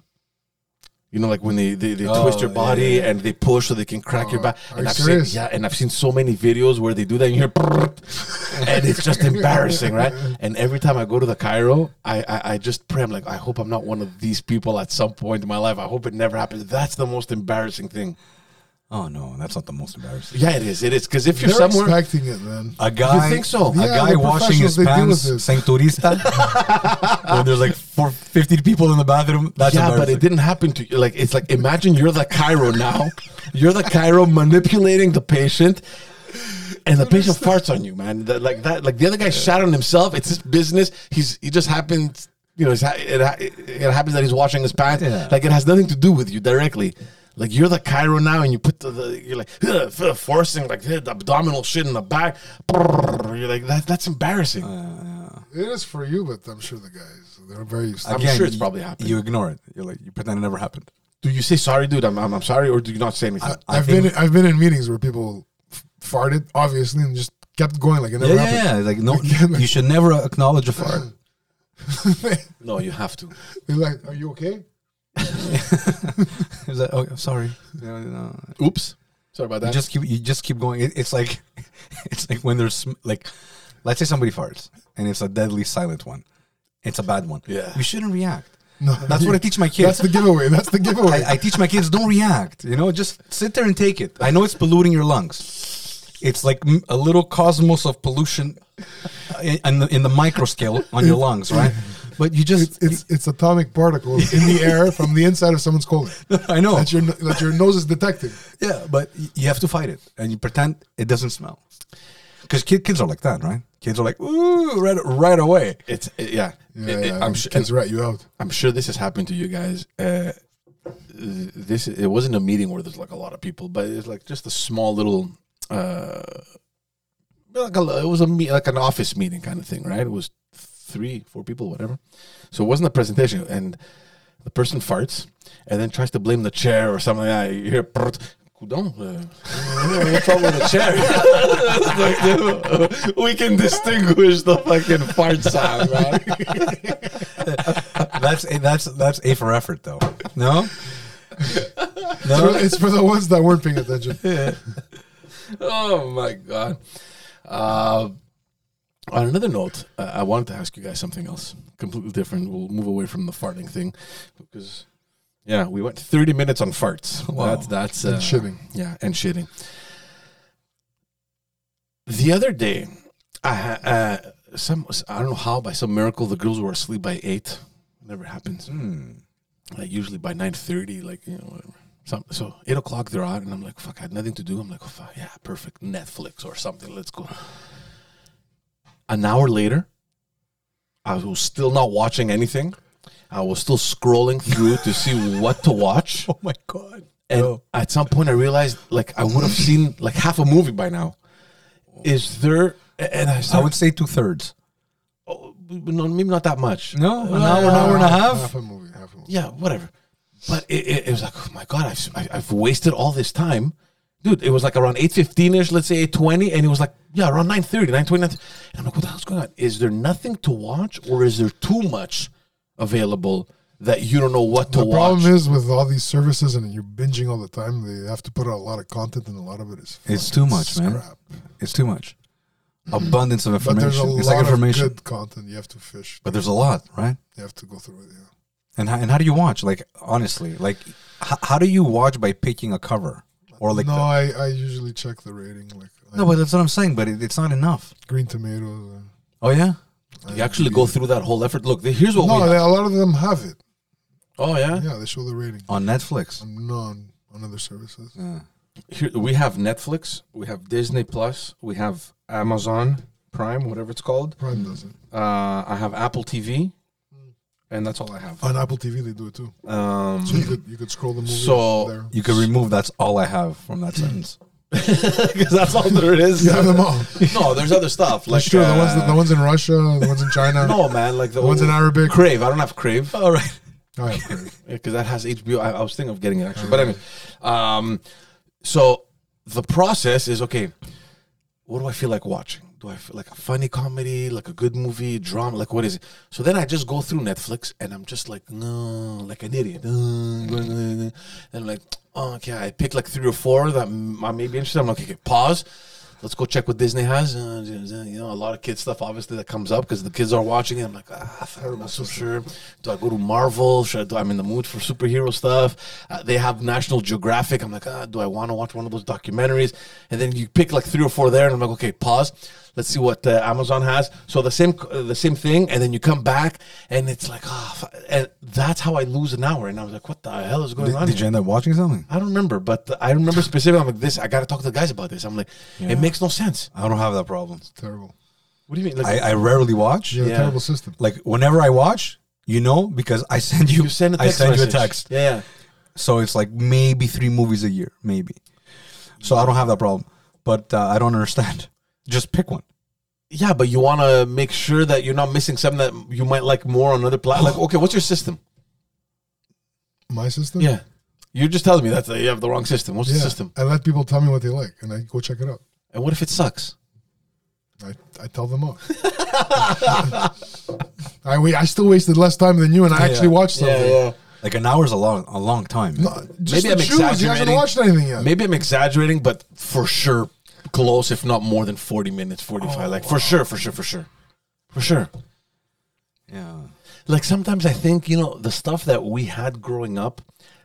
[SPEAKER 1] You know, like when they they, they twist
[SPEAKER 2] Oh,
[SPEAKER 1] your
[SPEAKER 2] yeah,
[SPEAKER 1] body
[SPEAKER 2] yeah,
[SPEAKER 1] and they push so they can crack your
[SPEAKER 3] Oh,
[SPEAKER 1] back.
[SPEAKER 3] are
[SPEAKER 1] And
[SPEAKER 3] you
[SPEAKER 1] I've
[SPEAKER 3] serious?
[SPEAKER 1] seen yeah, and I've seen so many videos where they do that and you hear and it's just embarrassing, right? And every time I go to the Cairo, I, I I just pray. I'm like, I hope I'm not one of these people at some point in my life. I hope it never happens. That's the most embarrassing thing.
[SPEAKER 2] Oh no, that's not the most embarrassing.
[SPEAKER 1] Yeah, it is. It is because if you're
[SPEAKER 3] They're
[SPEAKER 1] somewhere,
[SPEAKER 3] expecting it, man.
[SPEAKER 2] A guy,
[SPEAKER 1] think so?
[SPEAKER 2] A
[SPEAKER 1] Yeah,
[SPEAKER 2] guy
[SPEAKER 3] the
[SPEAKER 2] washing
[SPEAKER 3] professionals,
[SPEAKER 2] his
[SPEAKER 3] they deal
[SPEAKER 2] pants,
[SPEAKER 3] with this.
[SPEAKER 2] Sancturista, when there's like four, 50 people in the bathroom. That's
[SPEAKER 1] yeah, but
[SPEAKER 2] embarrassing.
[SPEAKER 1] it didn't happen to you. Like it's like imagine you're the Cairo now, you're the Cairo manipulating the patient, and the patient farts on you, man. That, like that, like the other guy shat on himself. It's his business. He's he just happens, you know. It's, ha- it, ha- it happens that he's washing his pants.
[SPEAKER 2] Yeah.
[SPEAKER 1] Like it has nothing to do with you directly. Like you're the Cairo now, and you put the, the you're like "Ugh," f- forcing like the abdominal shit in the back. You're like that. That's embarrassing.
[SPEAKER 3] It is for you, but I'm sure the guys they're very used to
[SPEAKER 1] I'm
[SPEAKER 3] it.
[SPEAKER 1] sure it's
[SPEAKER 2] you-
[SPEAKER 1] probably happened.
[SPEAKER 2] You ignore it. You're like you pretend it never happened.
[SPEAKER 1] Do you say sorry, dude? I'm, I'm, I'm sorry, or do you not say anything?
[SPEAKER 2] I
[SPEAKER 3] I've been I've been in meetings where people f- farted, obviously, and just kept going like it never
[SPEAKER 2] Yeah, yeah,
[SPEAKER 3] happened.
[SPEAKER 2] yeah. Like no, you should never acknowledge a fart.
[SPEAKER 1] no, you have to.
[SPEAKER 3] They're like, "Are you okay?"
[SPEAKER 2] It's like, oh, sorry. No, no.
[SPEAKER 1] Oops. Sorry about
[SPEAKER 2] You
[SPEAKER 1] that.
[SPEAKER 2] just keep you just keep going. It, it's like it's like when there's sm- like, let's say somebody farts and it's a deadly silent one. It's a bad one.
[SPEAKER 1] Yeah.
[SPEAKER 2] you shouldn't react.
[SPEAKER 3] No,
[SPEAKER 2] That's what I teach my
[SPEAKER 3] That's
[SPEAKER 2] kids.
[SPEAKER 3] the giveaway. That's the giveaway.
[SPEAKER 2] I, I teach my kids don't react. You know, just sit there and take it. I know it's polluting your lungs. It's like m- a little cosmos of pollution uh, in, in, the, in the micro scale on your lungs, right? But you
[SPEAKER 3] it's,
[SPEAKER 2] just,
[SPEAKER 3] it's it's atomic particles in the air from the inside of someone's colon
[SPEAKER 2] I know.
[SPEAKER 3] that your that your nose is detecting.
[SPEAKER 2] Yeah, but y- you have to fight it and you pretend it doesn't smell. Because kid, kids are like that, right? Kids are like, ooh, right, right away.
[SPEAKER 1] it's it- yeah.
[SPEAKER 3] Yeah,
[SPEAKER 1] It- it-
[SPEAKER 3] yeah,
[SPEAKER 1] I'm
[SPEAKER 3] kids
[SPEAKER 1] sure. and
[SPEAKER 3] rat you out.
[SPEAKER 1] I'm sure this has happened to you guys. Uh, th- this it wasn't a meeting where there's like a lot of people, but it's like just a small little. Uh, like a, it was a meet, like an office meeting kind of thing, right? It was three, four people, whatever. So it wasn't a presentation, and the person farts and then tries to blame the chair or something. Like that. You hear, "Prrt," Coudon, uh, what's up with the chair? It's like, dude, we can distinguish the fucking fart sound, man.
[SPEAKER 2] That's a, that's that's a for effort though. No,
[SPEAKER 3] So it's for the ones that weren't paying attention.
[SPEAKER 1] Oh my god. Uh, on another note, uh, I wanted to ask you guys something else, completely different. We'll move away from the farting thing because, yeah, we went 30 minutes on farts. Well, That's that's uh,
[SPEAKER 3] And shitting.
[SPEAKER 1] Yeah, and shitting. The other day, I ha- uh, some I don't know how by some miracle the girls were asleep by eight. Never happens. Like usually by nine thirty, like you know whatever. Some, so eight o'clock they're out, and I'm like, fuck, I had nothing to do. I'm like, "Oh, fuck, yeah, perfect, Netflix or something. Let's go. An hour later, I was still not watching anything. I was still scrolling through to see what to watch.
[SPEAKER 2] Oh my god.
[SPEAKER 1] And
[SPEAKER 2] Bro.
[SPEAKER 1] at some point, I realized like I would have seen like half a movie by now. Is there? a- And I
[SPEAKER 2] I
[SPEAKER 1] started,
[SPEAKER 2] would say two thirds.
[SPEAKER 1] oh, no, maybe not that much.
[SPEAKER 2] No, an hour, an hour and a half.
[SPEAKER 3] Half a movie. Half a movie.
[SPEAKER 1] Yeah, whatever. But it, it, it was like, oh my god, I've I, I've wasted all this time, dude. It was like around eight fifteen ish, let's say eight twenty, and it was like yeah, around 9.30, 9.20. And I'm like, what the hell's going on? Is there nothing to watch, or is there too much available that you don't know what to
[SPEAKER 3] The
[SPEAKER 1] watch?
[SPEAKER 3] problem is with all these services and you're binging all the time. They have to put out a lot of content, and a lot of it is
[SPEAKER 2] It's
[SPEAKER 3] fucking
[SPEAKER 2] too much, man.
[SPEAKER 3] scrap.
[SPEAKER 2] It's too much. Abundance of
[SPEAKER 3] But there's a
[SPEAKER 2] information. It's
[SPEAKER 3] lot
[SPEAKER 2] like information,
[SPEAKER 3] of good content. You have to fish.
[SPEAKER 2] but there's a lot, right?
[SPEAKER 3] You have to go through it. Yeah.
[SPEAKER 2] And how, and how do you watch? Like honestly, like h- how do you watch by picking a cover or like?
[SPEAKER 3] no,
[SPEAKER 2] the-
[SPEAKER 3] I, I usually check the rating, like, like
[SPEAKER 2] no, but that's what I'm saying. But it, it's not enough.
[SPEAKER 3] Green Tomatoes. Or,
[SPEAKER 2] Oh yeah.
[SPEAKER 1] you actually go through that whole effort. Look, th-
[SPEAKER 2] Oh,
[SPEAKER 1] here's what we.
[SPEAKER 3] no,
[SPEAKER 1] have.
[SPEAKER 3] they, a lot of them have it.
[SPEAKER 1] Oh yeah.
[SPEAKER 3] Yeah, they show the rating.
[SPEAKER 2] On Netflix.
[SPEAKER 3] Non on other services.
[SPEAKER 2] Yeah.
[SPEAKER 1] here we have Netflix, we have Disney Plus, we have Amazon Prime, whatever it's called.
[SPEAKER 3] Prime doesn't.
[SPEAKER 1] Uh, I have Apple TV, and that's all I have.
[SPEAKER 3] On Apple TV, they do it too.
[SPEAKER 1] Um,
[SPEAKER 3] So you could you could scroll the movie.
[SPEAKER 1] So-
[SPEAKER 3] there.
[SPEAKER 2] You can remove. That's all I have from that sentence.
[SPEAKER 1] because that's all there is.
[SPEAKER 3] you have them all.
[SPEAKER 1] no, there's other stuff like
[SPEAKER 3] sure, the ones
[SPEAKER 1] uh,
[SPEAKER 3] the ones in Russia, the ones in China.
[SPEAKER 1] no man, like the
[SPEAKER 3] one's in Arabic. Oh,
[SPEAKER 1] Crave. I don't have Crave. All right,
[SPEAKER 3] I have Crave.
[SPEAKER 1] because that has HBO. I, I was thinking of getting it actually, but anyway. Um, so the process is okay. What do I feel like watching? Do I feel like a funny comedy, like a good movie, drama? Like what is it? So then I just go through Netflix and I'm just like, no, like an idiot. Uh, And I'm like, oh, okay, I picked like three or four that m- I may be interested. I'm like, okay, pause. Let's go check what Disney has. Uh, you know, a lot of kids stuff obviously that comes up because the kids are watching it. I'm like, ah, I'm not so sure. Do I go to Marvel? Should I do? I'm in the mood for superhero stuff. Uh, they have National Geographic. I'm like, ah, do I want to watch one of those documentaries? And then you pick like three or four there, and I'm like, okay, pause. Let's see what uh, Amazon has. So the same, uh, the same thing, and then you come back, and it's like, ah, f- and that's how I lose an hour. And I was like, what the hell is going
[SPEAKER 2] Did,
[SPEAKER 1] on?
[SPEAKER 2] did
[SPEAKER 1] here?
[SPEAKER 2] you end up watching something?
[SPEAKER 1] I don't remember, but I remember specifically. I'm like, this. I gotta talk to the guys about this. I'm like, it makes no sense.
[SPEAKER 2] I don't have that problem.
[SPEAKER 3] Terrible.
[SPEAKER 1] What do you mean? Like,
[SPEAKER 2] I, I rarely watch.
[SPEAKER 3] You have
[SPEAKER 1] Yeah.
[SPEAKER 3] a terrible system.
[SPEAKER 2] Like whenever I watch, you know, because I send you,
[SPEAKER 1] you send a
[SPEAKER 2] I
[SPEAKER 1] text
[SPEAKER 2] send
[SPEAKER 1] message.
[SPEAKER 2] you a text.
[SPEAKER 1] Yeah, yeah.
[SPEAKER 2] So it's like maybe three movies a year, maybe. So I don't have that problem, but uh, I don't understand. Just pick one.
[SPEAKER 1] Yeah, but you want to make sure that you're not missing something that you might like more on another platform. Like, okay, what's your system?
[SPEAKER 3] My system.
[SPEAKER 1] Yeah, you're just telling me that you have the wrong system. What's
[SPEAKER 3] Yeah.
[SPEAKER 1] the system?
[SPEAKER 3] I let people tell me what they like, and I go check it out.
[SPEAKER 1] And what if it sucks?
[SPEAKER 3] I, I tell them off. I wa- I still wasted less time than you, and I actually watched something.
[SPEAKER 2] Like an hour is a long, a long time.
[SPEAKER 3] No, just
[SPEAKER 1] Maybe
[SPEAKER 3] Maybe
[SPEAKER 1] I'm
[SPEAKER 3] choose. You haven't
[SPEAKER 1] exaggerating.
[SPEAKER 3] watched anything yet.
[SPEAKER 1] Maybe I'm exaggerating, but for sure, close if not more than 40 minutes, 45. like
[SPEAKER 3] Oh,
[SPEAKER 1] for sure, for sure, for sure, for sure.
[SPEAKER 2] Yeah.
[SPEAKER 1] Like sometimes I think you know the stuff that we had growing up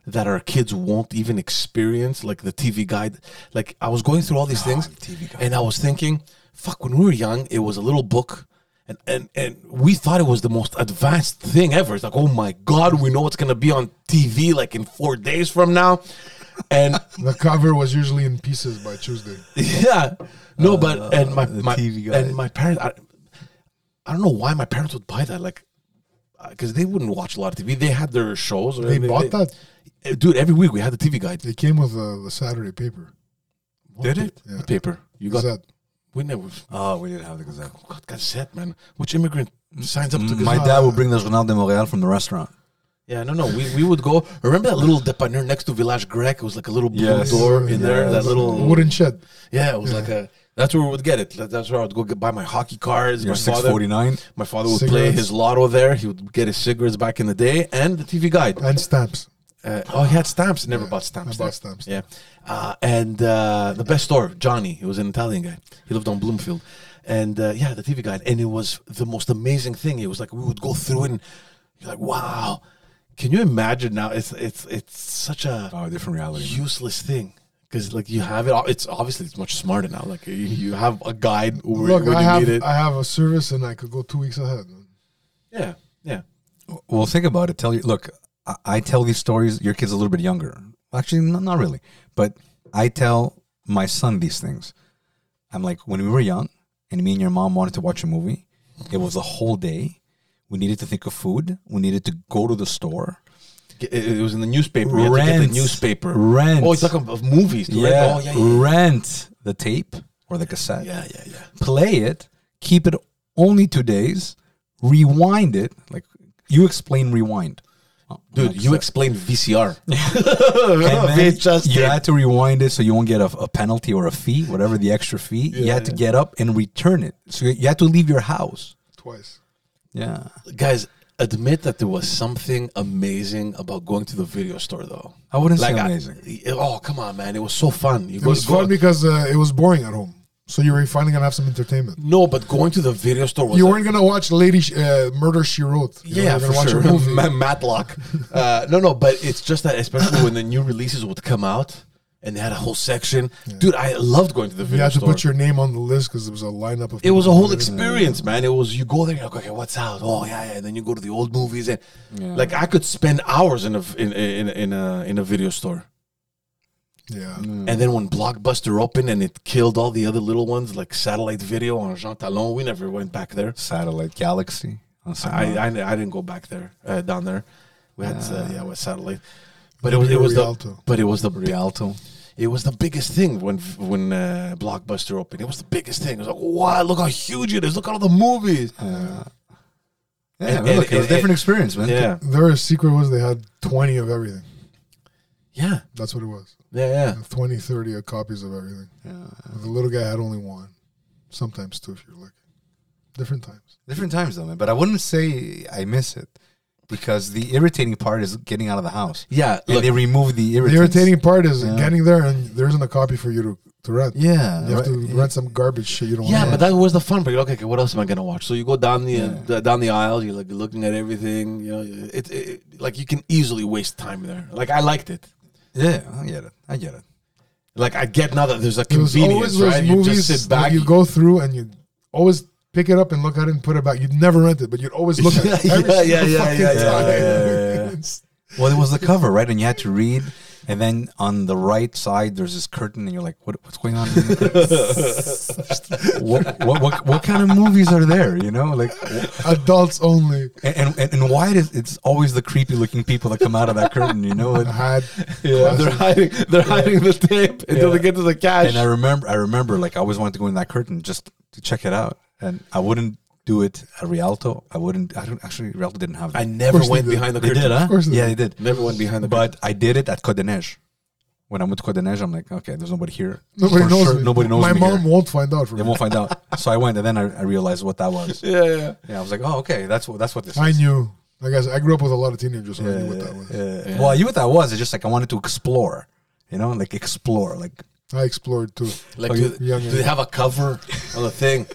[SPEAKER 1] that our kids won't even experience, like the TV guide. Like I was going through all these things,
[SPEAKER 2] TV guide.
[SPEAKER 1] and I was thinking, fuck, when we were young, it was a little book. And, and, and we thought it was the most advanced thing ever. It's like, oh my God, we know it's going to be on TV like in four days from now. And
[SPEAKER 3] The cover was usually in pieces by Tuesday.
[SPEAKER 1] yeah. No, but and my,
[SPEAKER 2] Uh, the
[SPEAKER 1] my
[SPEAKER 2] TV guide.
[SPEAKER 1] and my parents. I, I don't know why my parents would buy that. Like, because they wouldn't watch a lot of TV. They had their shows. Or
[SPEAKER 3] They bought that.
[SPEAKER 1] that, dude. Every week we had the TV guide.
[SPEAKER 3] It came with uh, the Saturday paper.
[SPEAKER 2] Did it?
[SPEAKER 1] What paper? You got
[SPEAKER 3] Gazette.
[SPEAKER 1] we never
[SPEAKER 2] Oh, we didn't have the gazette.
[SPEAKER 1] got cassette, man. Which immigrant signs up to
[SPEAKER 2] Mm, My
[SPEAKER 1] Gazette?
[SPEAKER 2] dad would bring the Journal de Montréal from the restaurant.
[SPEAKER 1] Yeah, no, no. We, we would go. Remember that little dépanneur next to Village Grec? It was like a little blue
[SPEAKER 2] Yes.
[SPEAKER 1] door in there. That
[SPEAKER 2] Yes.
[SPEAKER 1] little
[SPEAKER 3] Wooden shed.
[SPEAKER 1] Yeah, it was like a. That's where we would get it. That- That's where I would go get, buy my hockey cards.
[SPEAKER 2] You're
[SPEAKER 1] my father.
[SPEAKER 2] 649.
[SPEAKER 1] My father would play
[SPEAKER 3] Cigarettes.
[SPEAKER 1] his lotto there. He would get his cigarettes back in the day and the TV guide.
[SPEAKER 3] And stamps.
[SPEAKER 1] Uh, oh, he had stamps. Never bought stamps.
[SPEAKER 3] I bought
[SPEAKER 1] there.
[SPEAKER 3] stamps.
[SPEAKER 1] Yeah, uh, and uh, the best store, Johnny. He was an Italian guy. He lived on Bloomfield, and uh, yeah, the TV guide. And it was the most amazing thing. It was like we would go through it, and you're like, wow. Can you imagine now? It's it's it's such a
[SPEAKER 2] Oh, different reality. man.
[SPEAKER 1] useless thing because like you have it. It's obviously it's much smarter now. Like you, you have a guide where,
[SPEAKER 3] Look,
[SPEAKER 1] when
[SPEAKER 3] I
[SPEAKER 1] you
[SPEAKER 3] have
[SPEAKER 1] need it.
[SPEAKER 3] I have a service and I could go two weeks ahead. man.
[SPEAKER 1] yeah, yeah.
[SPEAKER 2] Well, think about it. Tell you, look, I, I tell these stories. Your kid's a little bit younger. Actually, not, not really. But I tell my son these things. I'm like, when we were young, and me and your mom wanted to watch a movie, it was a whole day. We needed to think of food. We needed to go to the store.
[SPEAKER 1] It, it was in the newspaper. You had to get
[SPEAKER 2] Rent.
[SPEAKER 1] the newspaper.
[SPEAKER 2] Rent.
[SPEAKER 1] Oh, it's like of movies. to rent. Oh, yeah, yeah,
[SPEAKER 2] rent the tape or the cassette.
[SPEAKER 1] yeah, yeah, yeah.
[SPEAKER 2] play it, keep it only two days, rewind it. Like you explain rewind. Oh,
[SPEAKER 1] Dude,
[SPEAKER 2] not
[SPEAKER 1] you
[SPEAKER 2] cassette.
[SPEAKER 1] explained VCR.
[SPEAKER 2] And then
[SPEAKER 1] VHS
[SPEAKER 2] you
[SPEAKER 1] tape.
[SPEAKER 2] had to rewind it so you won't get a, a penalty or a fee, whatever the extra fee. you had to get up and return it. So you had to leave your house.
[SPEAKER 3] Twice.
[SPEAKER 2] Yeah.
[SPEAKER 1] Guys, admit that there was something amazing about going to the video store, though.
[SPEAKER 2] I wouldn't say
[SPEAKER 1] I-
[SPEAKER 2] amazing.
[SPEAKER 1] oh, come on, man. It was so fun. You
[SPEAKER 3] It was fun because uh, it was boring at home. So you were finally gonna have some entertainment.
[SPEAKER 1] No, but going to the video store was
[SPEAKER 3] You
[SPEAKER 1] a-
[SPEAKER 3] weren't gonna watch Lady Sh- uh, Murder She Wrote. You know,
[SPEAKER 1] Yeah,
[SPEAKER 3] you're
[SPEAKER 1] for
[SPEAKER 3] gonna watch
[SPEAKER 1] sure.
[SPEAKER 3] a movie.
[SPEAKER 1] Ma- Matlock. Uh, no, no, but it's just that, especially when the new releases would come out and they had a whole section. Dude, I loved going to the
[SPEAKER 3] You
[SPEAKER 1] video
[SPEAKER 3] had to
[SPEAKER 1] store.
[SPEAKER 3] put your name on the list because it was a lineup of.
[SPEAKER 1] it was a whole experience, man. It was you go there, you're like, okay, what's out? Oh yeah, yeah. And then you go to the old movies, and like I could spend hours in a in in in a in a video store.
[SPEAKER 3] Yeah.
[SPEAKER 1] And then when Blockbuster opened and it killed all the other little ones like Satellite Video and Jean Talon, we never went back there.
[SPEAKER 2] Satellite Galaxy. on some-
[SPEAKER 1] I, I, I didn't go back there uh, down there. We had uh, Uh-huh. yeah, with satellite, but it was it
[SPEAKER 3] Maybe
[SPEAKER 1] was the
[SPEAKER 3] Rialto.
[SPEAKER 1] but it was the Rialto. It was the biggest thing when when uh, Blockbuster opened. It was the biggest thing. It was like wow, look how huge it is. Look at all the movies.
[SPEAKER 2] yeah,
[SPEAKER 1] and-
[SPEAKER 2] look,
[SPEAKER 1] and-
[SPEAKER 2] it was a
[SPEAKER 1] and-
[SPEAKER 2] different experience, man.
[SPEAKER 1] yeah,
[SPEAKER 3] Their secret was they had 20 of everything.
[SPEAKER 1] yeah,
[SPEAKER 3] That's what it was.
[SPEAKER 1] yeah, yeah.
[SPEAKER 3] 20, 30 of copies of everything. The little guy had only one. Sometimes two if you're lucky. Different times.
[SPEAKER 2] Different times though, man. But I wouldn't say I miss it because the irritating part is getting out of the house.
[SPEAKER 1] Yeah,
[SPEAKER 2] And
[SPEAKER 1] look-
[SPEAKER 2] they remove the
[SPEAKER 3] The
[SPEAKER 2] irritants.
[SPEAKER 3] irritating part is getting there and there isn't a copy for you to, to rent.
[SPEAKER 2] Yeah.
[SPEAKER 3] You have to
[SPEAKER 2] right.
[SPEAKER 3] rent some garbage shit you don't
[SPEAKER 1] Yeah,
[SPEAKER 3] want.
[SPEAKER 1] but that was the fun part. You're like, okay, what else am I gonna watch? So you go down the, uh, the- down the aisle. You're like looking at everything. You know, it, it like you can easily waste time there. Like I liked it.
[SPEAKER 2] Yeah, I get it. I get it.
[SPEAKER 1] Like I get now that there's a
[SPEAKER 3] There's
[SPEAKER 1] convenience, right? You just sit back.
[SPEAKER 3] that you go through and you always pick it up and look at it and put it back. You'd never rent it, but you'd always look at it.
[SPEAKER 1] Yeah,
[SPEAKER 3] every
[SPEAKER 1] yeah,
[SPEAKER 3] single
[SPEAKER 1] yeah,
[SPEAKER 3] fucking
[SPEAKER 1] yeah, yeah,
[SPEAKER 3] time.
[SPEAKER 2] Well, it was the cover, right? And you had to read, and then on the right side there's this curtain, and you're like, "What? What's going on? what, what, what, what kind of movies are there? You know, like,
[SPEAKER 3] Adults only.
[SPEAKER 2] and and, and why does it's always the creepy looking people that come out of that curtain? You know,
[SPEAKER 3] I
[SPEAKER 2] and,
[SPEAKER 3] had.
[SPEAKER 1] Yeah, they're hiding. They're hiding the tape until
[SPEAKER 2] Yeah.
[SPEAKER 1] they get to the cash.
[SPEAKER 2] and I remember, I remember, like, I always wanted to go in that curtain just to check it out, and I wouldn't do it at Rialto. I wouldn't. I don't actually. Rialto didn't have.
[SPEAKER 1] I
[SPEAKER 2] that.
[SPEAKER 1] never
[SPEAKER 3] course they
[SPEAKER 1] went
[SPEAKER 3] did.
[SPEAKER 1] behind the
[SPEAKER 2] they
[SPEAKER 1] curtain.
[SPEAKER 2] did, huh?
[SPEAKER 3] course they
[SPEAKER 2] yeah,
[SPEAKER 3] did.
[SPEAKER 2] they did.
[SPEAKER 1] Never went behind the curtain.
[SPEAKER 2] But I did it at Côte des Neiges. When I'm with Côte des Neiges, I'm like, okay, there's nobody here.
[SPEAKER 3] Nobody
[SPEAKER 2] For
[SPEAKER 3] knows.
[SPEAKER 2] sure,
[SPEAKER 3] me.
[SPEAKER 2] Nobody knows.
[SPEAKER 3] My
[SPEAKER 2] me
[SPEAKER 3] mom
[SPEAKER 2] here.
[SPEAKER 3] won't find out. For
[SPEAKER 2] They
[SPEAKER 3] me.
[SPEAKER 2] won't find out. So I went, and then I, I realized what that was.
[SPEAKER 1] Yeah, yeah,
[SPEAKER 2] Yeah, I was like, oh, okay, that's what that's what this.
[SPEAKER 3] I
[SPEAKER 2] is.
[SPEAKER 3] knew. Like I said, I grew up with a lot of teenagers. So I
[SPEAKER 2] Yeah,
[SPEAKER 3] knew what that was.
[SPEAKER 2] yeah. Well, I knew what that was. It's just like I wanted to explore, you know, like explore, like
[SPEAKER 3] I explored too.
[SPEAKER 1] like
[SPEAKER 2] Oh,
[SPEAKER 1] do,
[SPEAKER 3] yeah,
[SPEAKER 1] do
[SPEAKER 3] yeah.
[SPEAKER 1] they have a cover on the thing?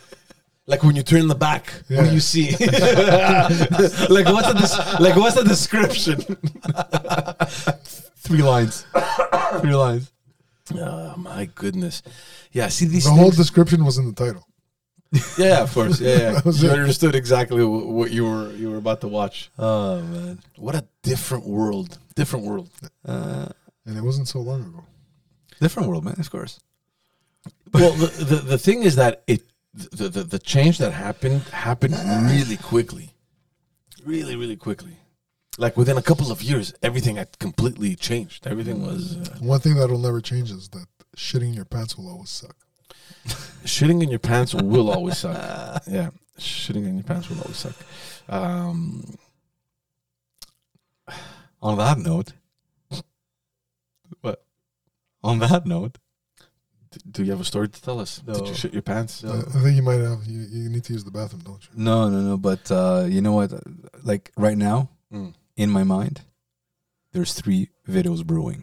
[SPEAKER 1] Like when you turn the back, what
[SPEAKER 3] Yeah.
[SPEAKER 1] do you see? like what's the des- like what's the description?
[SPEAKER 2] three lines, three lines.
[SPEAKER 1] Oh my goodness! Yeah, see these.
[SPEAKER 3] The whole
[SPEAKER 1] things-
[SPEAKER 3] description was in the title.
[SPEAKER 1] yeah, of course. Yeah, yeah.
[SPEAKER 3] was
[SPEAKER 1] you
[SPEAKER 3] it.
[SPEAKER 1] understood exactly wh- what you were you were about to watch.
[SPEAKER 2] Oh man,
[SPEAKER 1] What a different world! Different world.
[SPEAKER 3] And it wasn't so long ago.
[SPEAKER 2] different world, man. Of course.
[SPEAKER 1] well the, the, the thing is that it the, the, the change that happened happened really quickly really really quickly like within a couple of years everything had completely changed everything was uh,
[SPEAKER 3] One thing that'll never change is that shitting in your pants will always suck.
[SPEAKER 1] shitting in your pants will always suck yeah shitting in your pants will always suck um
[SPEAKER 2] on that note,
[SPEAKER 1] What?
[SPEAKER 2] on that note,
[SPEAKER 1] D- do you have a story to tell us? Did
[SPEAKER 2] No.
[SPEAKER 1] you shit your pants?
[SPEAKER 3] I, I think you might have. You, you need to use the bathroom, don't you?
[SPEAKER 2] no, no, no. But uh, you know what? Like right now,
[SPEAKER 1] Mm.
[SPEAKER 2] in my mind, there's three videos brewing.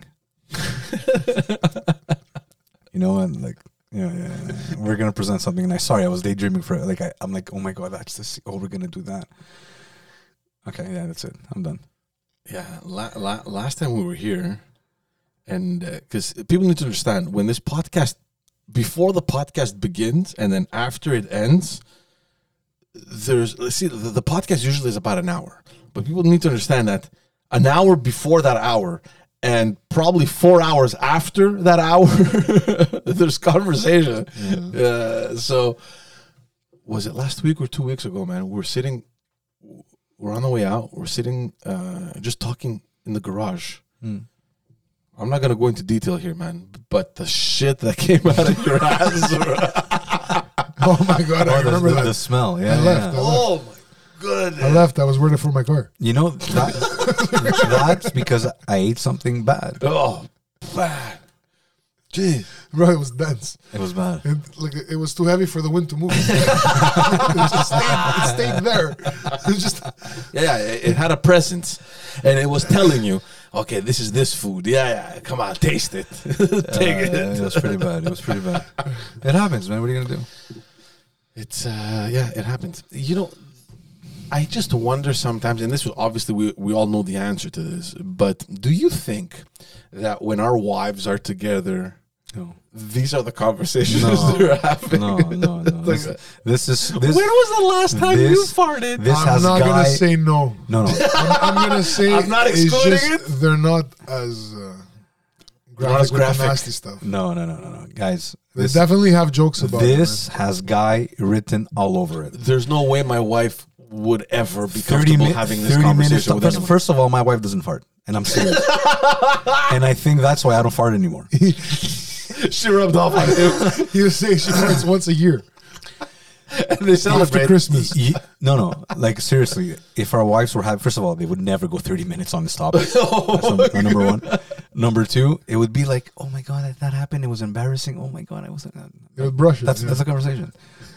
[SPEAKER 2] you know, and like, yeah, yeah, yeah. we're gonna present something. And I sorry, I was daydreaming for it. Like, I, I'm like, oh my god, that's this. Oh, we're gonna do that. Okay, yeah, that's it. I'm done.
[SPEAKER 1] Yeah, la- la- last time we were here, and because people need to understand when this podcast, before the podcast begins and then after it ends, there's let's see the, the podcast usually is about an hour, but people need to understand that an hour before that hour and probably four hours after that hour, there's conversation. Uh, so, was it last week or two weeks ago, man? We were sitting we're on the way out. We're sitting, uh, just talking in the garage. I'm not gonna go into detail here, man. But the shit that came out of your ass,
[SPEAKER 3] Oh my god,
[SPEAKER 2] Oh,
[SPEAKER 3] I
[SPEAKER 2] the,
[SPEAKER 3] remember
[SPEAKER 2] the-
[SPEAKER 3] that.
[SPEAKER 2] the smell. Yeah,
[SPEAKER 3] I
[SPEAKER 2] yeah,
[SPEAKER 3] left.
[SPEAKER 2] yeah.
[SPEAKER 3] I left.
[SPEAKER 1] oh my goodness!
[SPEAKER 3] I left. I was worried for my car.
[SPEAKER 2] You know that, that's because I ate something bad.
[SPEAKER 1] Oh man, jeez.
[SPEAKER 3] Bro, it was dense.
[SPEAKER 2] It was bad.
[SPEAKER 3] And like it was too heavy for the wind to move. it, just stayed, it stayed there. It was just
[SPEAKER 1] Yeah, it, it had a presence, and it was telling you, okay, this is this food. Yeah, yeah. Come on, taste it. Take
[SPEAKER 2] Uh,
[SPEAKER 1] it.
[SPEAKER 2] it was pretty bad. It was pretty bad. It happens, man. What are you gonna do?
[SPEAKER 1] It's uh yeah, it happens. You know, I just wonder sometimes, and this was obviously we we all know the answer to this, but do you think that when our wives are together,
[SPEAKER 2] No,
[SPEAKER 1] these are the conversations
[SPEAKER 2] No.
[SPEAKER 1] they're having?
[SPEAKER 2] no, no, no. This, this is this.
[SPEAKER 1] Where was the last time you
[SPEAKER 2] this-
[SPEAKER 1] farted?
[SPEAKER 2] This
[SPEAKER 3] I'm
[SPEAKER 2] has
[SPEAKER 3] not
[SPEAKER 2] guy.
[SPEAKER 3] gonna say no.
[SPEAKER 2] no, no.
[SPEAKER 3] I'm, I'm gonna say
[SPEAKER 1] I'm not
[SPEAKER 3] it's
[SPEAKER 1] excluding
[SPEAKER 3] just They're not as uh, graphic,
[SPEAKER 1] as
[SPEAKER 3] with the
[SPEAKER 1] graphic.
[SPEAKER 3] nasty stuff.
[SPEAKER 2] No, no, no, no, no, guys.
[SPEAKER 3] They
[SPEAKER 2] This,
[SPEAKER 3] definitely have jokes about it,
[SPEAKER 2] this has guy written all over it.
[SPEAKER 1] There's no way my wife would ever be
[SPEAKER 2] Thirty
[SPEAKER 1] comfortable
[SPEAKER 2] minutes.
[SPEAKER 1] having this
[SPEAKER 2] Thirty minutes.
[SPEAKER 1] conversation with
[SPEAKER 2] First,
[SPEAKER 1] anyone.
[SPEAKER 2] first of all, my wife doesn't fart, and I'm serious. and I think that's why I don't fart anymore.
[SPEAKER 1] she rubbed off on him.
[SPEAKER 3] man. You say she farts once a year
[SPEAKER 1] and they
[SPEAKER 3] after
[SPEAKER 1] celebrate.
[SPEAKER 3] Christmas.
[SPEAKER 2] Ye- no, no. Like seriously, if our wives were having, first of all, they would never go thirty minutes on this topic. That's num- number one. Number two, it would be like, oh my god, that, that happened. It was embarrassing. Oh my god, I wasn't.
[SPEAKER 3] They would brush it.
[SPEAKER 2] That's
[SPEAKER 3] yeah.
[SPEAKER 2] that's a conversation.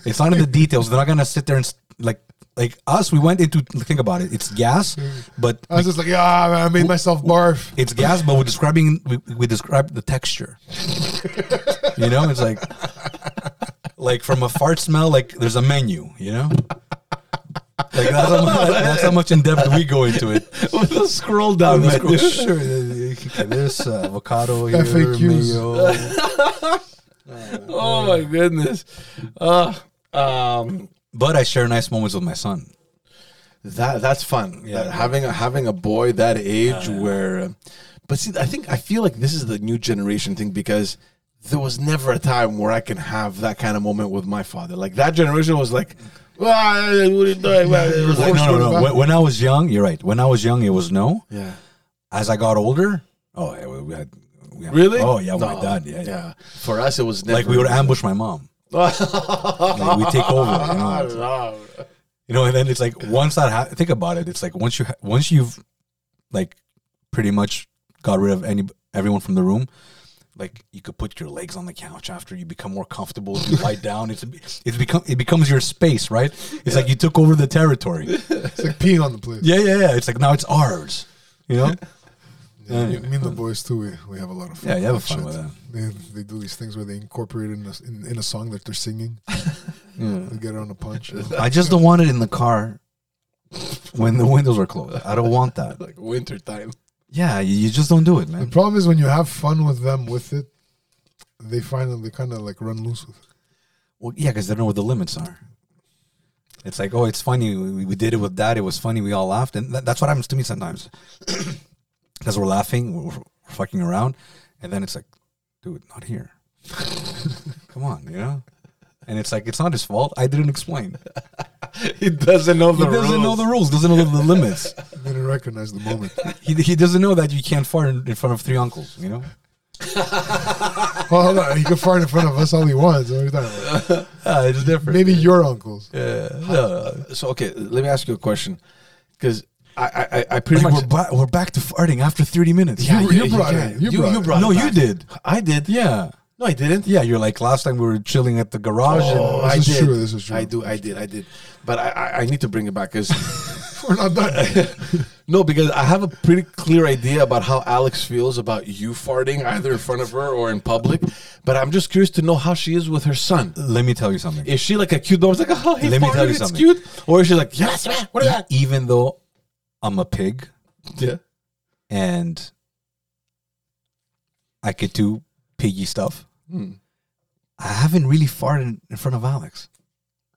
[SPEAKER 2] It's not in the details. They're not gonna sit there and s- like like us. We went into think about it. It's gas, but
[SPEAKER 3] I was just like, ah, man, I made myself barf.
[SPEAKER 2] it's gas, but we're describing we, we describe the texture. you know, it's like like from a fart smell, like there's a menu. You know, like that's how, much, that's how much in depth we go into it.
[SPEAKER 1] With a scroll down
[SPEAKER 2] Let's
[SPEAKER 1] menu.
[SPEAKER 2] go, sure, okay, there's uh, avocado here,
[SPEAKER 3] FAQs.
[SPEAKER 2] mayo.
[SPEAKER 1] Oh my goodness. Uh, um,
[SPEAKER 2] But I share nice moments with my son.
[SPEAKER 1] That that's fun.
[SPEAKER 2] Yeah. Oh,
[SPEAKER 1] That having a, having a boy that age where, uh, but see, I think I feel like this is the new generation thing because there was never a time where I can have that kind of moment with my father. Like that generation was like, "Ah, what are you doing?" Well, it was
[SPEAKER 2] Like,
[SPEAKER 1] like,
[SPEAKER 3] Forced
[SPEAKER 2] no, no, no.
[SPEAKER 3] feedback.
[SPEAKER 2] When, when I was young, you're right. When I was young, it was no.
[SPEAKER 1] yeah,
[SPEAKER 2] As I got older, oh, yeah, we we had, we had
[SPEAKER 1] really?
[SPEAKER 2] Oh yeah,
[SPEAKER 1] No.
[SPEAKER 2] my dad. Yeah, yeah.
[SPEAKER 1] For us, it was never
[SPEAKER 2] Like we would ambush my mom. like we take over. You know?
[SPEAKER 1] No.
[SPEAKER 2] you know, and then it's like once that ha- think about it, it's like once you ha- once you've like pretty much got rid of any everyone from the room. Like you could put your legs on the couch after you become more comfortable. You lie down. It's it's become it becomes your space, right? It's like you took over the territory.
[SPEAKER 3] It's like peeing on the plate.
[SPEAKER 2] Yeah, yeah, yeah. It's like now it's ours. You know?
[SPEAKER 3] Yeah, me- me and the boys too. We, we have a lot of fun.
[SPEAKER 2] Yeah, you have
[SPEAKER 3] with
[SPEAKER 2] fun with
[SPEAKER 3] shit.
[SPEAKER 2] that.
[SPEAKER 3] They, they do these things where they incorporate in a, s- in, in a song that they're singing. They get it on a punch. you know.
[SPEAKER 2] I just don't want it in the car when the windows are closed. I don't want that.
[SPEAKER 1] like winter time.
[SPEAKER 2] Yeah, you, you just don't do it,
[SPEAKER 3] The
[SPEAKER 2] man.
[SPEAKER 3] problem is when you have fun with them with it, they find they kind of like run loose with it.
[SPEAKER 2] Well, yeah, because they don't know what the limits are. It's like, oh, it's funny. We, we did it with dad. It was funny. We all laughed, and that, that's what happens to me sometimes. Because we're laughing, we're, we're fucking around, and then it's like, dude, not here. Come on, you know. And it's like it's not his fault. I didn't explain.
[SPEAKER 1] He doesn't know
[SPEAKER 2] He
[SPEAKER 1] the
[SPEAKER 2] doesn't know
[SPEAKER 1] rules.
[SPEAKER 2] the rules. Doesn't know the limits.
[SPEAKER 3] They didn't recognize the moment.
[SPEAKER 2] He, he doesn't know that you can't fart in, in front of three uncles. You know.
[SPEAKER 3] well, hold on. He can fart in front of us all he wants. What are you talking about?
[SPEAKER 2] Uh, it's different.
[SPEAKER 3] Maybe your uncles.
[SPEAKER 2] Yeah.
[SPEAKER 1] so okay, let me ask you a question, because I, I- I, I pretty
[SPEAKER 2] Like,
[SPEAKER 1] much.
[SPEAKER 2] we're, ba- we're back to farting after 30 minutes.
[SPEAKER 1] Yeah,
[SPEAKER 3] you- you brought it. You brought it.
[SPEAKER 2] No,
[SPEAKER 1] it
[SPEAKER 2] you
[SPEAKER 1] back.
[SPEAKER 2] did.
[SPEAKER 1] I did.
[SPEAKER 2] Yeah.
[SPEAKER 1] No, I didn't.
[SPEAKER 2] Yeah, you're like last time we were chilling at the garage.
[SPEAKER 1] Oh,
[SPEAKER 3] This
[SPEAKER 1] I
[SPEAKER 3] is
[SPEAKER 1] did.
[SPEAKER 3] true, this is true.
[SPEAKER 1] I do. I did. I did. But I, I, I need to bring it back because
[SPEAKER 3] We're not done.
[SPEAKER 1] no, because I have a pretty clear idea about how Alex feels about you farting either in front of her or in public. But I'm just curious to know how she is with her son.
[SPEAKER 2] And let me tell you something.
[SPEAKER 1] Is she like a cute dog? It's like, oh, he
[SPEAKER 2] Let me
[SPEAKER 1] farted,
[SPEAKER 2] tell you
[SPEAKER 1] it's
[SPEAKER 2] something.
[SPEAKER 1] cute. Or is she like, yes, man, what is that?
[SPEAKER 2] E-, Even though I'm a pig
[SPEAKER 1] Yeah.
[SPEAKER 2] and I could do piggy stuff, I haven't really farted in front of Alex.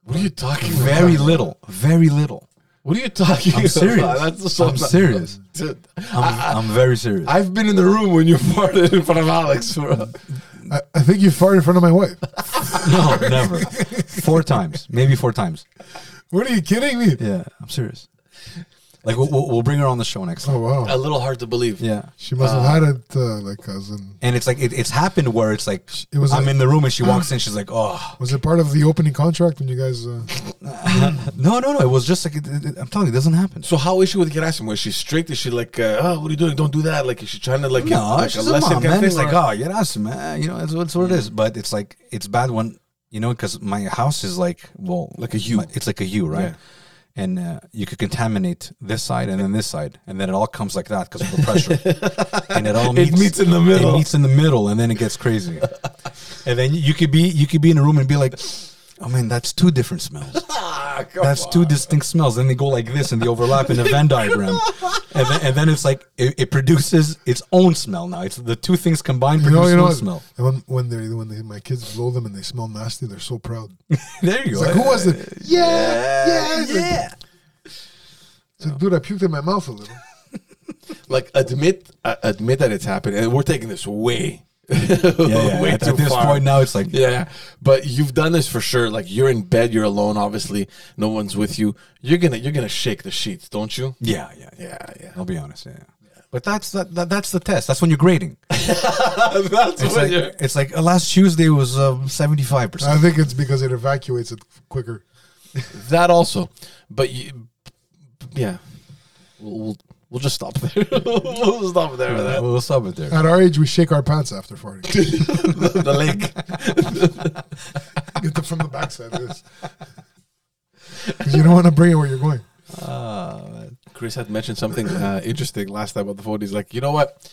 [SPEAKER 1] What are you talking about?
[SPEAKER 2] Very little. Very little.
[SPEAKER 1] What are you talking
[SPEAKER 2] I'm
[SPEAKER 1] about?
[SPEAKER 2] serious.
[SPEAKER 1] That's so
[SPEAKER 2] I'm serious.
[SPEAKER 1] Dude,
[SPEAKER 2] I'm, I, am very serious.
[SPEAKER 1] I've been in the room when you farted in front of Alex. bro.
[SPEAKER 3] I, I think you farted in front of my wife.
[SPEAKER 2] no, never. Four times, maybe four times.
[SPEAKER 3] What are you kidding me?
[SPEAKER 2] Yeah, I'm serious. Like we'll, we'll we'll bring her on the show next
[SPEAKER 3] Oh
[SPEAKER 2] time.
[SPEAKER 1] a
[SPEAKER 3] wow,
[SPEAKER 1] little hard to believe.
[SPEAKER 2] Yeah,
[SPEAKER 3] she must have had it uh, like cousin.
[SPEAKER 2] and it's like it, it's happened where it's like
[SPEAKER 3] It was
[SPEAKER 2] I'm
[SPEAKER 3] like-
[SPEAKER 2] in the room and she walks in. She's like, oh
[SPEAKER 3] Was it part of the opening contract when you guys? Uh,
[SPEAKER 2] no no no. It was just like it, it- it- I'm telling you, it doesn't happen.
[SPEAKER 1] So how is she with Gerasim? Was she strict? Is she like, uh, oh, what are you doing? Don't do that. Like, is she trying to like,
[SPEAKER 2] No,
[SPEAKER 1] like
[SPEAKER 2] she's a mom,
[SPEAKER 1] kind of
[SPEAKER 2] man. It's
[SPEAKER 1] thing,
[SPEAKER 2] like,
[SPEAKER 1] or-
[SPEAKER 2] oh, you're awesome, man. You know, it's, it's what it is. But it's like, it's bad when, you know, because my house is like, well,
[SPEAKER 1] Like a U.
[SPEAKER 2] my- It's like a U, right?
[SPEAKER 1] Yeah.
[SPEAKER 2] And uh, you could contaminate this side and then this side. And then it all comes like that because of the pressure. and it all
[SPEAKER 1] It
[SPEAKER 2] meets,
[SPEAKER 1] meets in the middle.
[SPEAKER 2] It meets in the middle and then it gets crazy. and then you could be, you could be in a room and be like, oh man, that's two different smells.
[SPEAKER 1] Ah, come
[SPEAKER 2] oh, That's
[SPEAKER 1] on.
[SPEAKER 2] two distinct smells. Then they go like this and they overlap in a Venn diagram. And then, and then it's like it, it produces its own smell now. It's the two things combined
[SPEAKER 3] you
[SPEAKER 2] produce
[SPEAKER 3] know, you know.
[SPEAKER 2] one
[SPEAKER 3] what?
[SPEAKER 2] smell.
[SPEAKER 3] And when when they when they, my kids blow them and they smell nasty, they're so proud.
[SPEAKER 2] There you go.
[SPEAKER 3] It's like who was it? Yeah, yeah, It's like-
[SPEAKER 2] Yeah.
[SPEAKER 3] It's like, dude, I puked in my mouth a little.
[SPEAKER 1] Like, admit, uh, admit that it's happened, and we're taking this way,
[SPEAKER 2] Yeah, yeah.
[SPEAKER 1] way
[SPEAKER 2] at,
[SPEAKER 1] too
[SPEAKER 2] at this
[SPEAKER 1] far.
[SPEAKER 2] point now, it's like
[SPEAKER 1] Yeah, but you've done this for sure. Like you're in bed, you're alone. Obviously, no one's with you. You're gonna you're gonna shake the sheets, don't you?
[SPEAKER 2] yeah, yeah, yeah.
[SPEAKER 1] yeah.
[SPEAKER 2] I'll be honest. Yeah. But that's that, that. That's the test. That's when you're grading.
[SPEAKER 1] That's
[SPEAKER 2] It's
[SPEAKER 1] what
[SPEAKER 2] like
[SPEAKER 1] you're.
[SPEAKER 2] it's like uh, last Tuesday was seventy five
[SPEAKER 3] I
[SPEAKER 2] percent.
[SPEAKER 3] think it's because it evacuates it quicker.
[SPEAKER 1] That also, but you, yeah, we'll we'll, we'll just stop there. we'll stop there with that.
[SPEAKER 2] We'll stop it there.
[SPEAKER 3] At our age, we shake our pants after farting.
[SPEAKER 1] the lake.
[SPEAKER 3] Get them from the backside. of this. 'Cause you don't want to bring it where you're going.
[SPEAKER 2] Uh,
[SPEAKER 1] Chris had mentioned something uh, interesting last time about the phone. He's like, you know what?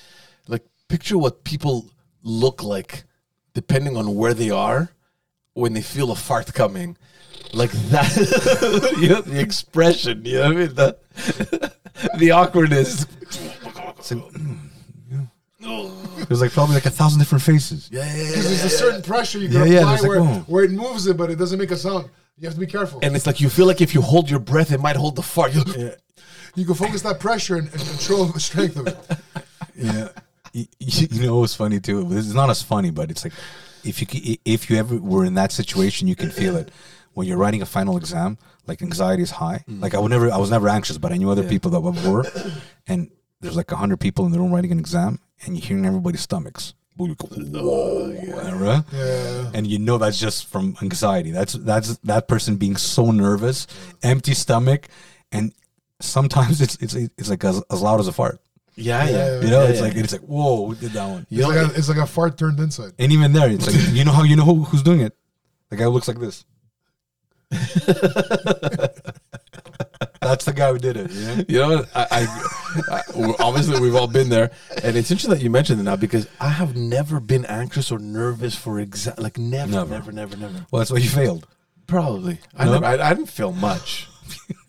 [SPEAKER 1] Like, picture what people look like depending on where they are when they feel a fart coming. Like that, you know, the expression, you know what I mean? The, the awkwardness.
[SPEAKER 2] it's like, mm, yeah. There's like probably like a thousand different faces.
[SPEAKER 1] Yeah, yeah, yeah,
[SPEAKER 3] Because there's
[SPEAKER 1] yeah,
[SPEAKER 3] a
[SPEAKER 1] yeah.
[SPEAKER 3] certain pressure you can
[SPEAKER 2] Yeah, yeah,
[SPEAKER 3] apply
[SPEAKER 2] there's like,
[SPEAKER 3] where,
[SPEAKER 2] oh.
[SPEAKER 3] where it moves it, but it doesn't make a sound. You have to be careful.
[SPEAKER 1] And it's like you feel like if you hold your breath, it might hold the fart. You-
[SPEAKER 3] you can focus that pressure and, and control the strength of it.
[SPEAKER 2] yeah. You, you know what's funny too? It's not as funny, but it's like if you c- if you ever were in that situation, you can feel it. When you're writing a final exam, like anxiety is high. Like I would never, I was never anxious, but I knew other people that were, and there's like hundred people in the room writing an exam, and you're hearing everybody's stomachs. Whoa, right?
[SPEAKER 3] Yeah.
[SPEAKER 2] And you know that's just from anxiety. That's that's that person being so nervous, empty stomach, and sometimes it's it's it's like as, as loud as a fart.
[SPEAKER 1] Yeah, yeah.
[SPEAKER 2] You know,
[SPEAKER 1] yeah,
[SPEAKER 2] it's
[SPEAKER 1] yeah.
[SPEAKER 2] like it's like whoa, we did that one.
[SPEAKER 1] You
[SPEAKER 3] It's
[SPEAKER 1] know,
[SPEAKER 3] like, a, it's like a fart turned inside.
[SPEAKER 2] And even there, it's like you know how you know who, who's doing it. The guy who looks like this. That's the guy who did it. You know?
[SPEAKER 1] You know, what? I, I, I well, obviously we've all been there, and it's interesting that you mentioned it now because I have never been anxious or nervous for exact like never,
[SPEAKER 2] Never.
[SPEAKER 1] never, never, never,
[SPEAKER 2] Well, that's why you failed.
[SPEAKER 1] Probably, I
[SPEAKER 2] No?
[SPEAKER 1] never, I, I didn't feel much.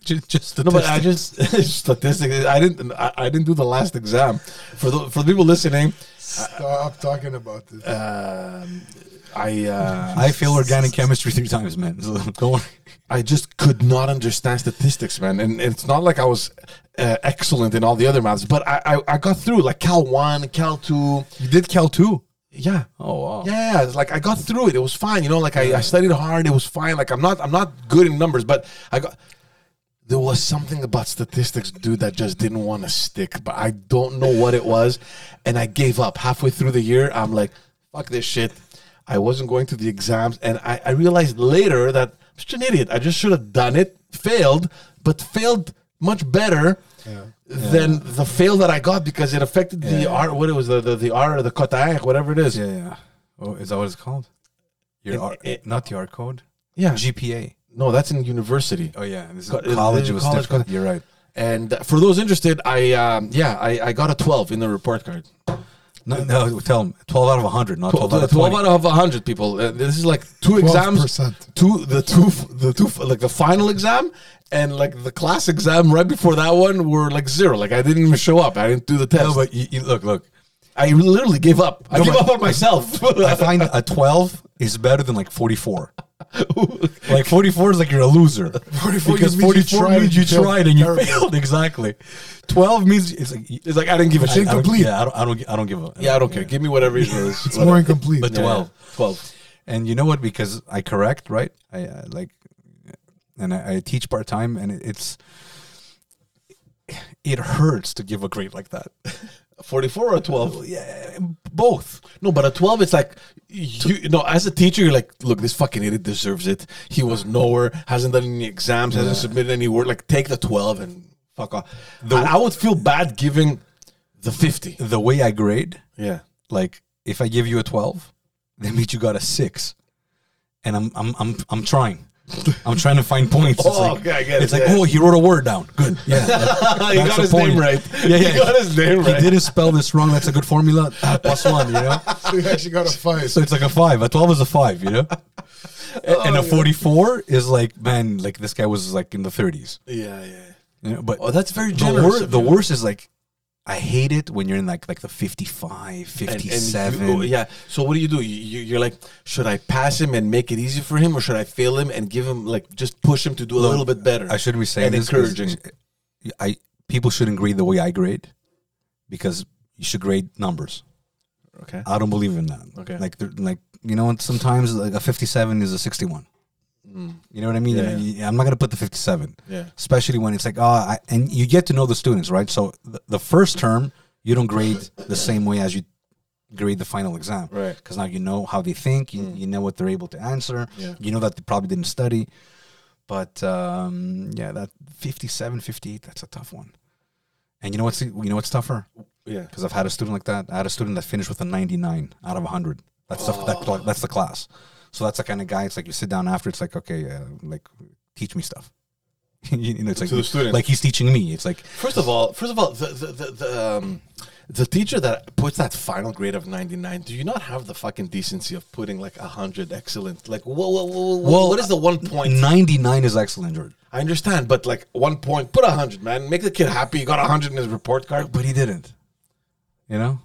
[SPEAKER 2] Just, just
[SPEAKER 1] No, but I just statistics. I didn't, I, I didn't do the last exam. For the for the people listening,
[SPEAKER 3] Stop talking about this.
[SPEAKER 1] um I uh,
[SPEAKER 2] I failed organic chemistry three times, man. So don't worry.
[SPEAKER 1] I just could not understand statistics, man. And it's not like I was uh, excellent in all the other maths, but I, I I got through like Cal one, Cal two,
[SPEAKER 2] You did Cal two.
[SPEAKER 1] yeah.
[SPEAKER 2] Oh wow.
[SPEAKER 1] Yeah, it's like I got through it. It was fine, you know. Like I, I studied hard. It was fine. Like I'm not I'm not good in numbers, but I got. There was something about statistics, dude, that just didn't want to stick. But I don't know what it was, and I gave up halfway through the year. I'm like, fuck this shit. I wasn't going to the exams, and I, I realized later that I'm such an idiot. I just should have done it, failed, but failed much better than the fail that I got because it affected the
[SPEAKER 2] Yeah.
[SPEAKER 1] art. What it was the the, the art or the kotayak, whatever it is.
[SPEAKER 2] Yeah, yeah. Oh, is that what it's called? Your
[SPEAKER 1] It-
[SPEAKER 2] R,
[SPEAKER 1] it-
[SPEAKER 2] not your code.
[SPEAKER 1] Yeah.
[SPEAKER 2] GPA.
[SPEAKER 1] No, that's in university.
[SPEAKER 2] Oh yeah, this is
[SPEAKER 1] Co-
[SPEAKER 2] college
[SPEAKER 1] uh,
[SPEAKER 2] was
[SPEAKER 1] college,
[SPEAKER 2] different.
[SPEAKER 1] college.
[SPEAKER 2] You're right.
[SPEAKER 1] And uh, for those interested, I um, yeah, I, I got a twelve in the report card.
[SPEAKER 2] No, no, tell them twelve out of hundred, not twelve out of
[SPEAKER 1] 12
[SPEAKER 2] twenty.
[SPEAKER 1] out of 100 people uh, this is like two exams
[SPEAKER 3] 12%.
[SPEAKER 1] two the two f- the two f- like the final exam and like the class exam right before that one were like zero like i didn't even show up i didn't do the test
[SPEAKER 2] No, but you, you, look, look.
[SPEAKER 1] i literally gave up i
[SPEAKER 2] No,
[SPEAKER 1] gave
[SPEAKER 2] but-
[SPEAKER 1] up on myself
[SPEAKER 2] I find a twelve is better than like forty-four. Like forty-four is like you're a loser.
[SPEAKER 3] 44
[SPEAKER 2] because
[SPEAKER 3] means you
[SPEAKER 2] forty-four
[SPEAKER 3] tried
[SPEAKER 2] means you
[SPEAKER 3] and failed
[SPEAKER 2] tried and you
[SPEAKER 3] terribly.
[SPEAKER 2] failed exactly. Twelve means it's like you-
[SPEAKER 1] it's like i didn't give a shit
[SPEAKER 2] I don't-
[SPEAKER 3] Incomplete.
[SPEAKER 2] Yeah, I don't, I don't. gi- I don't give a.
[SPEAKER 1] yeah i don't care give me whatever it is
[SPEAKER 3] It's more incomplete.
[SPEAKER 2] But
[SPEAKER 1] Yeah,
[SPEAKER 2] 12.
[SPEAKER 1] yeah, 12
[SPEAKER 2] And you know what? Because I correct, right? I uh, like, and I, I teach part time, and it, it's it hurts to give a grade like that.
[SPEAKER 1] 44 or 12
[SPEAKER 2] yeah, both.
[SPEAKER 1] No, but at 12, it's like, you know, as a teacher, you're like, look, this fucking idiot deserves it. He was nowhere, hasn't done any exams, hasn't submitted any work. Like, take the 12 and fuck off. I, I would feel bad giving the 50.
[SPEAKER 2] The way I grade,
[SPEAKER 1] Yeah.
[SPEAKER 2] like if I give you a twelve, that means you got a six, and I'm I'm I'm I'm trying. I'm trying to find points. It's
[SPEAKER 1] Oh,
[SPEAKER 2] like,
[SPEAKER 1] okay, I get it,
[SPEAKER 2] It's like,
[SPEAKER 1] yeah.
[SPEAKER 2] oh, he wrote a word down. Good. Yeah.
[SPEAKER 1] he
[SPEAKER 2] That's
[SPEAKER 1] got
[SPEAKER 2] the
[SPEAKER 1] his
[SPEAKER 2] point.
[SPEAKER 1] name right.
[SPEAKER 2] Yeah, yeah.
[SPEAKER 1] He got his name
[SPEAKER 2] he
[SPEAKER 1] right.
[SPEAKER 2] didn't spell this wrong. That's a good formula. Ah, plus one, you know?
[SPEAKER 3] So you actually got a fight.
[SPEAKER 2] So it's like a five. A 12 is a five, you know? A-
[SPEAKER 1] Oh,
[SPEAKER 2] and a 44 is like, man, like this guy was like in the 30s.
[SPEAKER 1] Yeah, yeah.
[SPEAKER 2] You know? But
[SPEAKER 1] Oh, that's very
[SPEAKER 2] the,
[SPEAKER 1] generous.
[SPEAKER 2] wor-
[SPEAKER 1] of
[SPEAKER 2] the
[SPEAKER 1] you.
[SPEAKER 2] worst is like, I hate it when you're in like like the 55,
[SPEAKER 1] And- and you-
[SPEAKER 2] 57.
[SPEAKER 1] oh, yeah. So what do you do? You, you, you're like, should I pass him and make it easy for him, or should I fail him and give him like just push him to do a little bit better?
[SPEAKER 2] I shouldn't be saying
[SPEAKER 1] and
[SPEAKER 2] this 'cause
[SPEAKER 1] encouraging.
[SPEAKER 2] I people shouldn't grade the way I grade because you should grade numbers.
[SPEAKER 1] Okay.
[SPEAKER 2] I don't believe in that.
[SPEAKER 1] Okay.
[SPEAKER 2] Like they're- like you know, and sometimes like a fifty-seven is a sixty-one. You know what I mean?
[SPEAKER 1] Mm. Yeah,
[SPEAKER 2] You- I'm not gonna put the fifty-seven.
[SPEAKER 1] Yeah.
[SPEAKER 2] Especially when it's like, oh, I, and you get to know the students, right? So the, the first term you don't grade the same way as you grade the final exam,
[SPEAKER 1] Right. Hmm.
[SPEAKER 2] Because now you know how they think, you, you know what they're able to answer,
[SPEAKER 1] Yeah.
[SPEAKER 2] you know that they probably didn't study. But um, yeah, that 57, 58, that's a tough one. And you know what's you know what's tougher?
[SPEAKER 1] Yeah.
[SPEAKER 2] because I've had a student like that. I had a student that finished with a 99 out of 100. That's the, that, cla- that's the class. So that's the kind of guy. It's like you sit down after. It's like okay, uh, like teach me stuff. you know, it's like
[SPEAKER 1] To the student.
[SPEAKER 2] like he's teaching me. It's like
[SPEAKER 1] First of all, first of all, the the the, the, um, the teacher that puts that final grade of ninety nine, do you not have the fucking decency of putting like hundred excellent? Like, whoa, whoa, whoa, whoa,
[SPEAKER 2] Well,
[SPEAKER 1] what is the one point?
[SPEAKER 2] 99 is excellent, Jordan.
[SPEAKER 1] I understand, but like one point, put hundred, man, make the kid happy. He got hundred in his report card.
[SPEAKER 2] but he didn't. You know,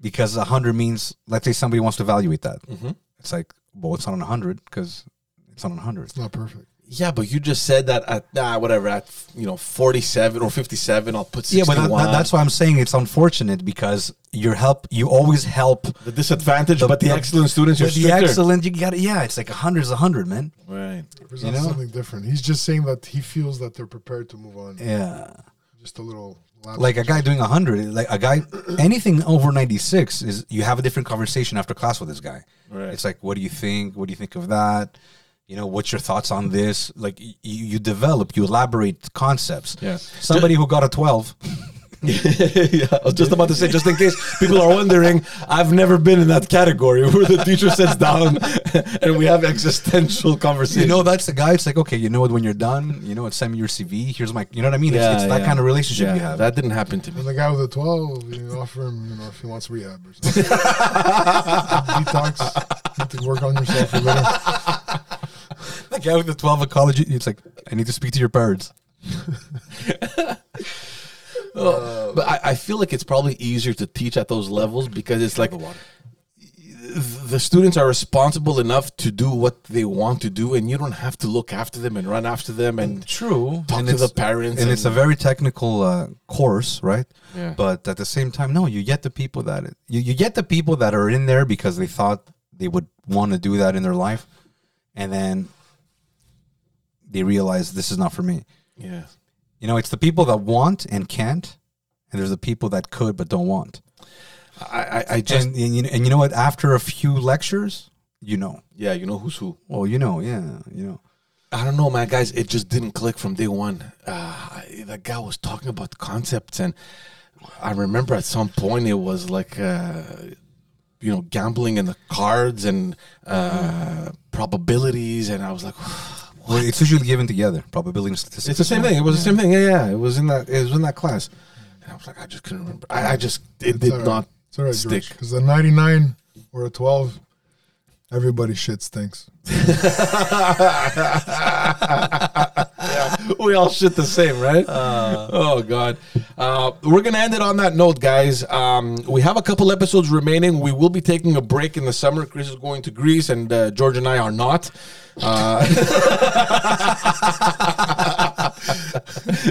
[SPEAKER 2] because 100 means let's say somebody wants to evaluate that.
[SPEAKER 1] Mm-hmm.
[SPEAKER 2] It's like well, it's not on 100 because it's not on 100.
[SPEAKER 3] It's not perfect.
[SPEAKER 1] Yeah, but you just said that at nah, whatever at you know forty seven or fifty seven, I'll put
[SPEAKER 2] Yeah,
[SPEAKER 1] sixty
[SPEAKER 2] but
[SPEAKER 1] one.
[SPEAKER 2] that, that- that's why I'm saying it's unfortunate because you help. You always help.
[SPEAKER 1] the disadvantage, but the, excellent students, you're
[SPEAKER 2] But the
[SPEAKER 1] stricter.
[SPEAKER 2] excellent, you got yeah. It's like a hundred is a hundred, man.
[SPEAKER 1] right?
[SPEAKER 3] There's
[SPEAKER 2] You know?
[SPEAKER 3] something different. He's just saying that he feels that they're prepared to move on.
[SPEAKER 2] Yeah,
[SPEAKER 3] Just a little lapse.
[SPEAKER 2] like a guy doing a hundred, like a guy, anything over ninety six is you have a different conversation after class with this guy.
[SPEAKER 1] Right.
[SPEAKER 2] It's like, what do you think? What do you think of that? You know, what's your thoughts on this? Like, you, you develop, you elaborate concepts.
[SPEAKER 1] Yeah.
[SPEAKER 2] Somebody who got a twelve.
[SPEAKER 1] yeah, I was just about to say, just in case people are wondering, I've never been in that category where the teacher sits down and we have existential
[SPEAKER 2] You
[SPEAKER 1] conversation.
[SPEAKER 2] know, that's the guy. It's like, okay, you know what? When you're done, you know what? Send me your CV. Here's my. You know what I mean? It's, it's that kind of relationship
[SPEAKER 1] Yeah,
[SPEAKER 2] you have.
[SPEAKER 1] That didn't happen to me.
[SPEAKER 3] And the guy with the 12, you offer him, you know, if he wants rehab or something. Detox. You need to work on yourself a little.
[SPEAKER 2] The guy with the 12 at college, it's like, I need to speak to your parents.
[SPEAKER 1] But I, I feel like it's probably easier to teach at those levels because it's like the students are responsible enough to do what they want to do, and you don't have to look after them and run after them. And
[SPEAKER 2] True.
[SPEAKER 1] Talk to the parents
[SPEAKER 2] And, it's a
[SPEAKER 1] and-
[SPEAKER 2] very technical uh, course, right?
[SPEAKER 1] Yeah.
[SPEAKER 2] But at the same time, no, you get the people that, you, you get the people that are in there because they thought they would want to do that in their life. And then they realize this is not for me.
[SPEAKER 1] yeah,
[SPEAKER 2] You know, it's the people that want and can't. And there's the people that could but don't want.
[SPEAKER 1] I, I, I just
[SPEAKER 2] and, and, you, and you know what? After a few lectures, you know.
[SPEAKER 1] yeah, you know who's who.
[SPEAKER 2] Well, you know, yeah, you know.
[SPEAKER 1] I don't know, man, guys. It just didn't click from day one. Uh, I- that guy was talking about concepts, and I remember at some point it was like, uh, you know, gambling and the cards and uh, probabilities, and I was like,
[SPEAKER 2] Well, it's usually given together, probability and
[SPEAKER 1] it's
[SPEAKER 2] statistics.
[SPEAKER 1] the same thing. It was the same thing. Yeah, yeah. It was in that. It was in that class, and I was like, I just couldn't remember. I, I just it
[SPEAKER 3] It's
[SPEAKER 1] did
[SPEAKER 3] all right.
[SPEAKER 1] not
[SPEAKER 3] It's all right,
[SPEAKER 1] stick.
[SPEAKER 3] Because the 99 or a 12, everybody shit stinks.
[SPEAKER 1] we all shit the same, right? oh God, uh, we're gonna end it on that note, guys. Um, we have a couple episodes remaining. We will be taking a break in the summer. Chris is going to Greece, and uh, George and I are not. Uh,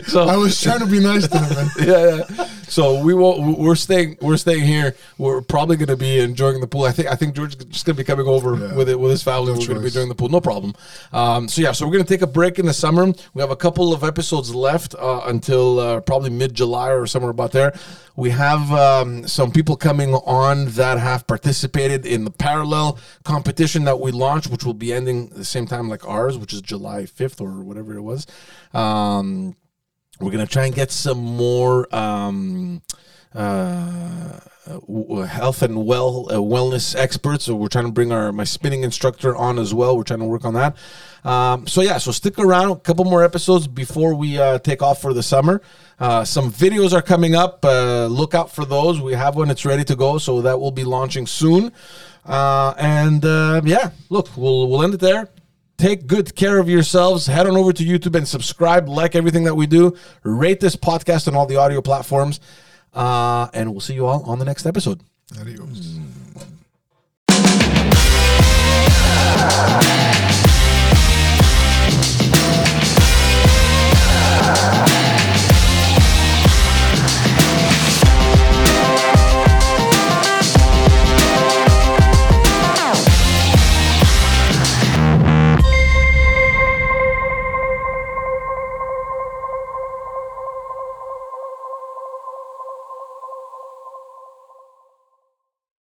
[SPEAKER 1] so
[SPEAKER 3] I was trying to be nice to him, man.
[SPEAKER 1] yeah, yeah. So we won't. We're staying. We're staying here. We're probably going to be enjoying the pool. I think. I think George is just going to be coming over
[SPEAKER 3] Yeah.
[SPEAKER 1] with it with his family.
[SPEAKER 3] No
[SPEAKER 1] we're going to be
[SPEAKER 3] choice.
[SPEAKER 1] doing the pool. No problem. Um, so yeah. So we're going to take a break in the summer. We have a couple of episodes left uh, until uh, probably mid July or somewhere about there. We have um, some people coming on that have participated in the parallel competition that we launched, which will be ending the same time like ours, which is July fifth or whatever it was. Um, we're gonna try and get some more um, uh, w- health and well uh, wellness experts. So we're trying to bring our my spinning instructor on as well. We're trying to work on that. Um, so yeah, so stick around. A couple more episodes before we uh, take off for the summer. Uh, some videos are coming up. Uh, look out for those. We have one. It's ready to go. So that will be launching soon. Uh, and uh, yeah, look, we'll we'll end it there take good care of yourselves. Head on over to YouTube and subscribe, like everything that we do, rate this podcast on all the audio platforms, uh, and we'll see you all on the next episode.
[SPEAKER 3] Adios.